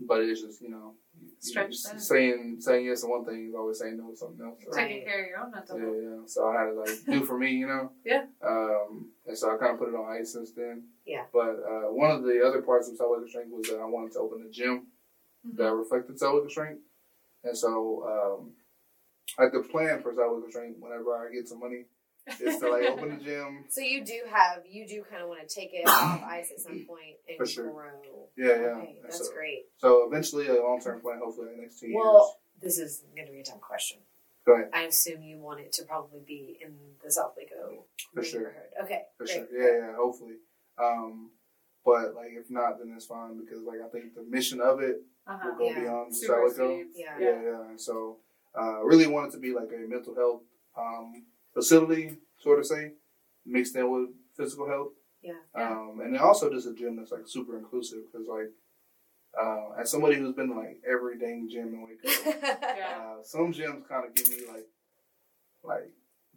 [SPEAKER 4] but it's just, you know, you-
[SPEAKER 3] Stretch
[SPEAKER 4] you-
[SPEAKER 3] thin.
[SPEAKER 4] saying saying yes to one thing is always saying no to something else. So-
[SPEAKER 3] Taking care of your own mental
[SPEAKER 4] Yeah,
[SPEAKER 3] health.
[SPEAKER 4] yeah. So I had to like do for me, you know.
[SPEAKER 3] Yeah.
[SPEAKER 4] Um, and so I kind of put it on ice since then.
[SPEAKER 2] Yeah.
[SPEAKER 4] But uh, one of the other parts of Southwestern Strength was that I wanted to open a gym
[SPEAKER 3] Mm-hmm.
[SPEAKER 4] that reflected Southwestern Strength, and so um, like the plan for Southwestern Strength, whenever I get some money, is to like open a gym.
[SPEAKER 2] So you do have you do kind of want to take it off ice at some point and
[SPEAKER 4] For sure.
[SPEAKER 2] grow.
[SPEAKER 4] Yeah, yeah.
[SPEAKER 2] Okay,
[SPEAKER 4] And
[SPEAKER 2] that's
[SPEAKER 4] so,
[SPEAKER 2] great.
[SPEAKER 4] So eventually, a long term plan, hopefully, in the next two
[SPEAKER 2] Well, this is going to be a dumb question.
[SPEAKER 4] years. Go ahead.
[SPEAKER 2] I assume you want it to probably be in the South Waco
[SPEAKER 4] For sure.
[SPEAKER 2] neighborhood. Okay,
[SPEAKER 4] For
[SPEAKER 2] great.
[SPEAKER 4] sure. Yeah, yeah. Hopefully. Um, but like if not, then it's fine because like I think the mission of it
[SPEAKER 3] Uh-huh.
[SPEAKER 4] will go
[SPEAKER 2] Uh, Yeah.
[SPEAKER 4] beyond
[SPEAKER 3] Super
[SPEAKER 4] Southwestern.
[SPEAKER 3] seeds.
[SPEAKER 2] Yeah.
[SPEAKER 4] yeah, yeah. And so, uh, really wanted to be like a mental health um, facility, sort of say, mixed in with physical health.
[SPEAKER 2] Yeah.
[SPEAKER 3] Yeah.
[SPEAKER 4] Um, and then also just a gym that's like super inclusive because like, uh, as somebody who's been to, like every dang gym in Waco,
[SPEAKER 3] Yeah.
[SPEAKER 4] uh, some gyms kind of give me like, like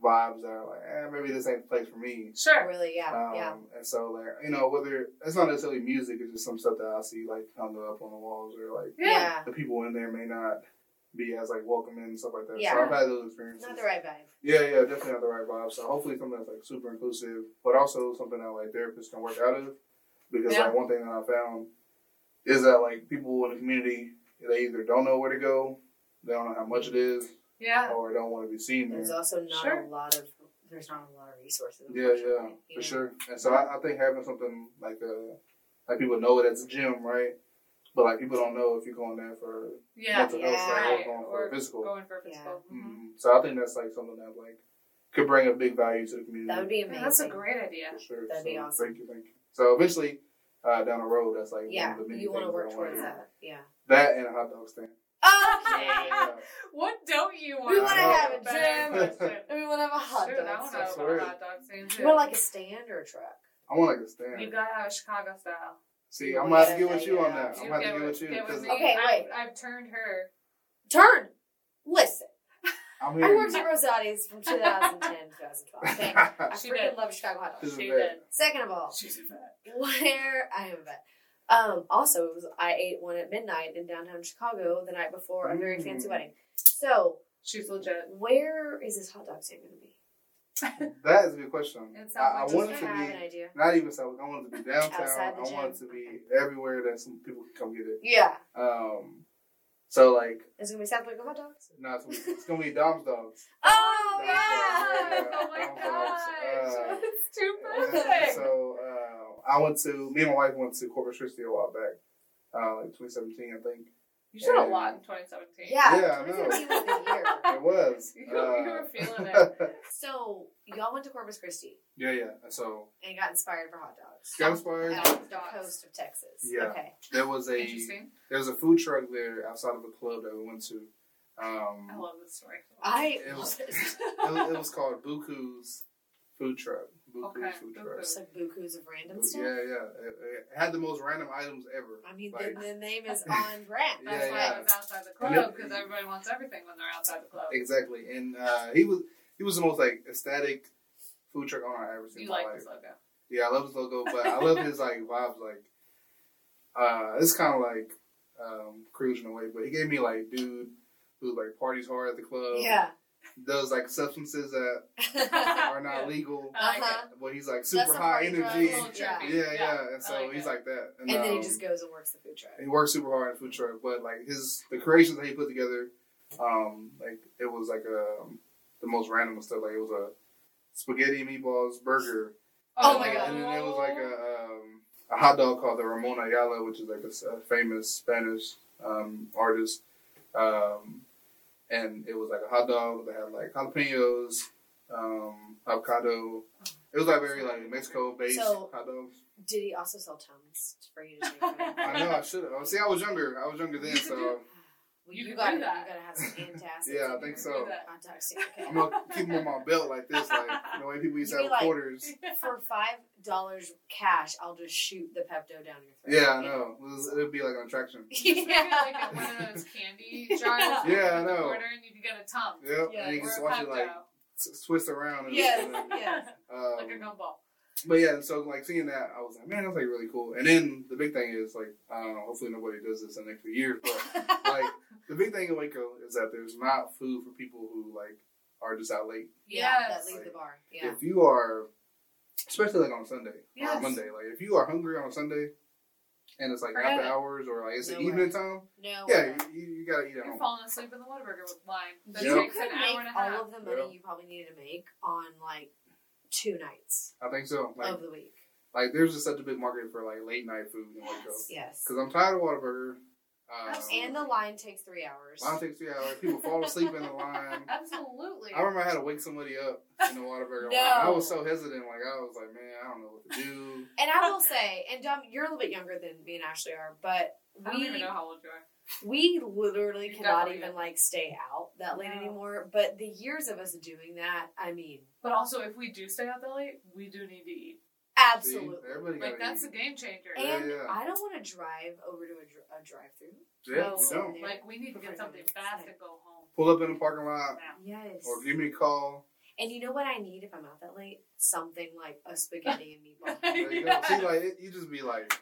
[SPEAKER 4] vibes that are like, eh, maybe this ain't the place for me.
[SPEAKER 3] Sure.
[SPEAKER 2] really, yeah,
[SPEAKER 4] Um,
[SPEAKER 2] yeah,
[SPEAKER 4] And so like, you know, whether it's not necessarily music, it's just some stuff that I see like hung up on the walls or like
[SPEAKER 2] yeah,
[SPEAKER 3] Yeah.
[SPEAKER 4] the people in there may not be as like welcoming and stuff like that.
[SPEAKER 2] Yeah.
[SPEAKER 4] So I've had those experiences.
[SPEAKER 2] Not the right vibe.
[SPEAKER 4] Yeah, yeah, definitely not the right vibe. So hopefully something that's like super inclusive, but also something that like therapists can work out of. Because
[SPEAKER 3] Yeah.
[SPEAKER 4] like one thing that I found is that like people in the community they either don't know where to go, they don't know how much it is,
[SPEAKER 3] Yeah.
[SPEAKER 4] or don't want to be seen there.
[SPEAKER 2] There's also not
[SPEAKER 3] Sure.
[SPEAKER 2] a lot of there's not a lot of resources.
[SPEAKER 4] Yeah, yeah,
[SPEAKER 2] unfortunately, you know?
[SPEAKER 4] for sure. And so I, I think having something like uh like people know it as a gym, right? But like people don't know if you're going there for
[SPEAKER 3] Yeah.
[SPEAKER 4] mental
[SPEAKER 2] Yeah.
[SPEAKER 4] health
[SPEAKER 3] Right.
[SPEAKER 4] right, or going for
[SPEAKER 3] Or
[SPEAKER 4] physical.
[SPEAKER 3] going for physical. Mhm.
[SPEAKER 4] Mhm. So I think that's like something that like could bring a big value to the community.
[SPEAKER 2] That would be
[SPEAKER 3] Yeah,
[SPEAKER 2] amazing.
[SPEAKER 3] that's a great idea.
[SPEAKER 4] for sure.
[SPEAKER 2] that'd
[SPEAKER 4] so,
[SPEAKER 2] be awesome.
[SPEAKER 4] Thank you, thank you. So eventually, uh, down the road, that's like
[SPEAKER 2] Yeah,
[SPEAKER 4] one of the many
[SPEAKER 2] you want to
[SPEAKER 4] things
[SPEAKER 2] work
[SPEAKER 4] I wanna
[SPEAKER 2] towards
[SPEAKER 4] do.
[SPEAKER 2] that. Yeah.
[SPEAKER 4] That and a hot dog stand.
[SPEAKER 2] Okay.
[SPEAKER 4] Yeah.
[SPEAKER 3] What don't you want?
[SPEAKER 2] We wanna
[SPEAKER 4] have a
[SPEAKER 3] Better
[SPEAKER 4] gym.
[SPEAKER 3] question.
[SPEAKER 2] we want to have a hot
[SPEAKER 3] Shoot, I
[SPEAKER 2] dog.
[SPEAKER 3] want
[SPEAKER 2] stand.
[SPEAKER 3] to have
[SPEAKER 4] Sorry.
[SPEAKER 3] a hot dog stand
[SPEAKER 2] You
[SPEAKER 3] too.
[SPEAKER 2] want like a stand or a truck?
[SPEAKER 4] I want like a stand.
[SPEAKER 3] you gotta have a Chicago style.
[SPEAKER 4] See, I'm gonna have to get with you on
[SPEAKER 2] Yeah.
[SPEAKER 4] that. I'm gonna have to get with you because
[SPEAKER 3] me.
[SPEAKER 2] Okay,
[SPEAKER 3] I've-
[SPEAKER 2] wait.
[SPEAKER 3] I've turned her.
[SPEAKER 2] Turn. Listen,
[SPEAKER 4] I'm
[SPEAKER 2] I
[SPEAKER 4] here.
[SPEAKER 2] worked at Rosati's from 2010 2012. Thank you. I
[SPEAKER 3] She
[SPEAKER 2] freaking
[SPEAKER 3] did.
[SPEAKER 2] love Chicago hot dogs.
[SPEAKER 4] This is
[SPEAKER 3] She
[SPEAKER 4] bad.
[SPEAKER 3] did.
[SPEAKER 2] Second of all,
[SPEAKER 3] She's a vet.
[SPEAKER 2] where I am a vet. Um, also, it was I ate one at midnight in downtown Chicago the night before a very fancy
[SPEAKER 4] Mm.
[SPEAKER 2] wedding. So,
[SPEAKER 3] She's legit.
[SPEAKER 2] where is this hot dog stand going to be?
[SPEAKER 4] That is a good question.
[SPEAKER 3] It sounds
[SPEAKER 4] I, I
[SPEAKER 3] like
[SPEAKER 4] want it
[SPEAKER 3] just
[SPEAKER 4] to
[SPEAKER 2] I have an
[SPEAKER 4] be
[SPEAKER 2] idea.
[SPEAKER 4] not even South. I want it to be downtown.
[SPEAKER 2] Outside the
[SPEAKER 4] I want it to
[SPEAKER 2] gym.
[SPEAKER 4] be everywhere that some people can come get it.
[SPEAKER 2] Yeah,
[SPEAKER 4] Um, so like,
[SPEAKER 2] is it going to be South Waco hot dogs?
[SPEAKER 4] no, it's, gonna be- it's gonna be Dom's dogs.
[SPEAKER 2] Oh
[SPEAKER 4] yeah.
[SPEAKER 3] Oh my
[SPEAKER 4] Dom's dogs.
[SPEAKER 3] gosh.
[SPEAKER 4] Uh,
[SPEAKER 3] It's too
[SPEAKER 4] And
[SPEAKER 3] perfect.
[SPEAKER 4] so uh, I went to me and my wife went to Corpus Christi a while back, uh, like 2017, I think.
[SPEAKER 3] You said a lot in 2017.
[SPEAKER 2] Yeah,
[SPEAKER 4] Yeah, I know.
[SPEAKER 2] 2017 was the year.
[SPEAKER 4] It was. Uh,
[SPEAKER 3] You- you were feeling
[SPEAKER 4] it.
[SPEAKER 2] So y'all went to Corpus Christi
[SPEAKER 4] yeah, yeah. And So
[SPEAKER 2] and got inspired for hot dogs.
[SPEAKER 4] got inspired.
[SPEAKER 2] Out of the
[SPEAKER 3] Dogs.
[SPEAKER 2] coast of Texas.
[SPEAKER 4] Yeah.
[SPEAKER 2] Okay.
[SPEAKER 4] There was a
[SPEAKER 3] Interesting.
[SPEAKER 4] there was a food truck there outside of the club that we went to. Um,
[SPEAKER 3] I love this story.
[SPEAKER 2] I
[SPEAKER 4] It
[SPEAKER 2] love
[SPEAKER 4] was-
[SPEAKER 2] this.
[SPEAKER 4] it, was, it was called Buku's Food Truck. Buku's
[SPEAKER 3] Okay,
[SPEAKER 4] Food
[SPEAKER 3] Buku.
[SPEAKER 4] Truck.
[SPEAKER 2] Just like bukus of random
[SPEAKER 4] Yeah,
[SPEAKER 2] stuff.
[SPEAKER 4] yeah. It, it had the most random items ever.
[SPEAKER 2] I mean,
[SPEAKER 4] Like-
[SPEAKER 2] the, the name is on brand.
[SPEAKER 3] That's
[SPEAKER 4] Yeah,
[SPEAKER 3] why
[SPEAKER 4] yeah.
[SPEAKER 3] I was outside the
[SPEAKER 4] And it-
[SPEAKER 3] club because everybody wants everything when they're outside the club.
[SPEAKER 4] Exactly. And uh, he was he was the most like ecstatic food truck owner I ever seen.
[SPEAKER 3] You
[SPEAKER 4] in my
[SPEAKER 3] like
[SPEAKER 4] life.
[SPEAKER 3] this logo.
[SPEAKER 4] Yeah, I love his logo, but I love his like vibes. Like, uh, it's kind of like um, cruising away, but he gave me like dude who like parties hard at the club.
[SPEAKER 2] Yeah.
[SPEAKER 4] does like substances that
[SPEAKER 2] uh-huh.
[SPEAKER 4] are not legal,
[SPEAKER 3] I like
[SPEAKER 4] but he's like
[SPEAKER 2] That's
[SPEAKER 4] super
[SPEAKER 2] the
[SPEAKER 4] high
[SPEAKER 2] party
[SPEAKER 4] energy.
[SPEAKER 2] drugs.
[SPEAKER 3] Little
[SPEAKER 2] Yeah.
[SPEAKER 4] Yeah,
[SPEAKER 3] trippy.
[SPEAKER 4] yeah, And so
[SPEAKER 3] I like
[SPEAKER 4] he's
[SPEAKER 3] it.
[SPEAKER 4] like that,
[SPEAKER 2] And then he
[SPEAKER 4] um,
[SPEAKER 2] just goes and works the food truck.
[SPEAKER 4] He works super hard in food truck, but like his the creations that he put together, um, like it was like um the most random stuff. Like it was a spaghetti and meatballs burger,
[SPEAKER 2] Oh
[SPEAKER 4] and,
[SPEAKER 2] my
[SPEAKER 4] like,
[SPEAKER 2] God.
[SPEAKER 4] and then it was like a um, a hot dog called the Ramon Ayala, which is like a s- a, famous Spanish um, artist, um, and it was like a hot dog that had like jalapenos, um, avocado. It was like very like Mexico based
[SPEAKER 2] So-
[SPEAKER 4] hot dogs.
[SPEAKER 2] Did he also sell tums for you to take home? well,
[SPEAKER 4] I know I should have. See, I was younger. I was younger then, so.
[SPEAKER 2] you,
[SPEAKER 3] You could
[SPEAKER 2] gotta,
[SPEAKER 3] do that.
[SPEAKER 2] You gotta have some fantastic.
[SPEAKER 4] Yeah, I
[SPEAKER 2] in
[SPEAKER 4] think
[SPEAKER 2] your
[SPEAKER 4] so.
[SPEAKER 2] Contacts. Okay.
[SPEAKER 4] I'm gonna keep them on my belt like this, like the way people used to
[SPEAKER 2] You
[SPEAKER 4] have
[SPEAKER 2] like-
[SPEAKER 4] quarters.
[SPEAKER 2] For five dollars cash, I'll just shoot the Pepto down your throat.
[SPEAKER 4] Yeah, I know. It was- It'd be like an attraction.
[SPEAKER 3] yeah.
[SPEAKER 2] yeah.
[SPEAKER 3] like one of those candy jars.
[SPEAKER 2] Yeah,
[SPEAKER 3] you
[SPEAKER 4] I
[SPEAKER 3] put
[SPEAKER 4] know.
[SPEAKER 3] the Quarter and you can get a tum.
[SPEAKER 4] Yep.
[SPEAKER 2] Yeah,
[SPEAKER 4] and you
[SPEAKER 3] Or
[SPEAKER 4] can just
[SPEAKER 3] a
[SPEAKER 4] watch it
[SPEAKER 3] Pepto.
[SPEAKER 4] like s- twist around. And
[SPEAKER 2] Yes,
[SPEAKER 4] and then,
[SPEAKER 2] yes.
[SPEAKER 4] um,
[SPEAKER 3] like a gumball.
[SPEAKER 4] but yeah, so like seeing that, I was like, man, that's like really cool. And then the big thing is like, I don't know. Hopefully nobody does this in the next few years, but like the big thing in Waco is that there's not food for people who like are just out late.
[SPEAKER 2] that
[SPEAKER 3] Yes.
[SPEAKER 2] leave the bar. Yeah.
[SPEAKER 4] If you are, especially like on Sunday or
[SPEAKER 3] Yes.
[SPEAKER 4] on Monday, like if you are hungry on Sunday, and it's like
[SPEAKER 3] Forget
[SPEAKER 4] after
[SPEAKER 3] it.
[SPEAKER 4] hours or like it's
[SPEAKER 2] No
[SPEAKER 4] an
[SPEAKER 2] way.
[SPEAKER 4] evening time.
[SPEAKER 2] No.
[SPEAKER 4] Yeah,
[SPEAKER 3] uh,
[SPEAKER 2] way.
[SPEAKER 4] you, you gotta eat at
[SPEAKER 3] You're
[SPEAKER 4] home.
[SPEAKER 3] falling asleep in the Whataburger with line. That
[SPEAKER 4] Yep.
[SPEAKER 2] You
[SPEAKER 3] takes
[SPEAKER 2] could
[SPEAKER 3] an hour and a
[SPEAKER 2] make all
[SPEAKER 3] half.
[SPEAKER 2] of the money
[SPEAKER 4] Yeah.
[SPEAKER 2] you probably needed to make on like two nights
[SPEAKER 4] I think so. Like,
[SPEAKER 2] of the week.
[SPEAKER 4] like there's just such a big market for like late night food in Waco.
[SPEAKER 2] Yes.
[SPEAKER 4] Because I'm tired of Whataburger. Um,
[SPEAKER 2] And the line takes three hours.
[SPEAKER 4] line takes three hours. People fall asleep in the line.
[SPEAKER 3] Absolutely.
[SPEAKER 4] I remember I had to wake somebody up in the Whataburger.
[SPEAKER 2] No.
[SPEAKER 4] line. I was so hesitant. Like I was like, man, I don't know what to do.
[SPEAKER 2] And I will say, and Dom, you're a little bit younger than me and Ashley are, but
[SPEAKER 3] I don't even
[SPEAKER 2] we
[SPEAKER 3] know how old you are.
[SPEAKER 2] we literally
[SPEAKER 3] You
[SPEAKER 2] cannot
[SPEAKER 3] definitely
[SPEAKER 2] even
[SPEAKER 3] are.
[SPEAKER 2] like stay out that late
[SPEAKER 3] No.
[SPEAKER 2] anymore. But the years of us doing that, I mean,
[SPEAKER 3] But also, if we do stay out that late, we do need to eat.
[SPEAKER 4] See,
[SPEAKER 2] absolutely.
[SPEAKER 4] everybody got
[SPEAKER 3] Like that's a
[SPEAKER 4] eat.
[SPEAKER 3] game changer.
[SPEAKER 4] Yeah,
[SPEAKER 2] And
[SPEAKER 4] yeah.
[SPEAKER 2] I don't want to drive over to a, dr- a drive-through.
[SPEAKER 4] Yeah, you
[SPEAKER 2] so-
[SPEAKER 4] don't
[SPEAKER 3] Like we need to get something fast and go home.
[SPEAKER 4] pull up in the parking lot
[SPEAKER 3] now.
[SPEAKER 2] Yes.
[SPEAKER 4] or give me a call.
[SPEAKER 2] And you know what I need if I'm out that late? Something like a spaghetti and meatball.
[SPEAKER 4] There you go. See, like it, you just be like,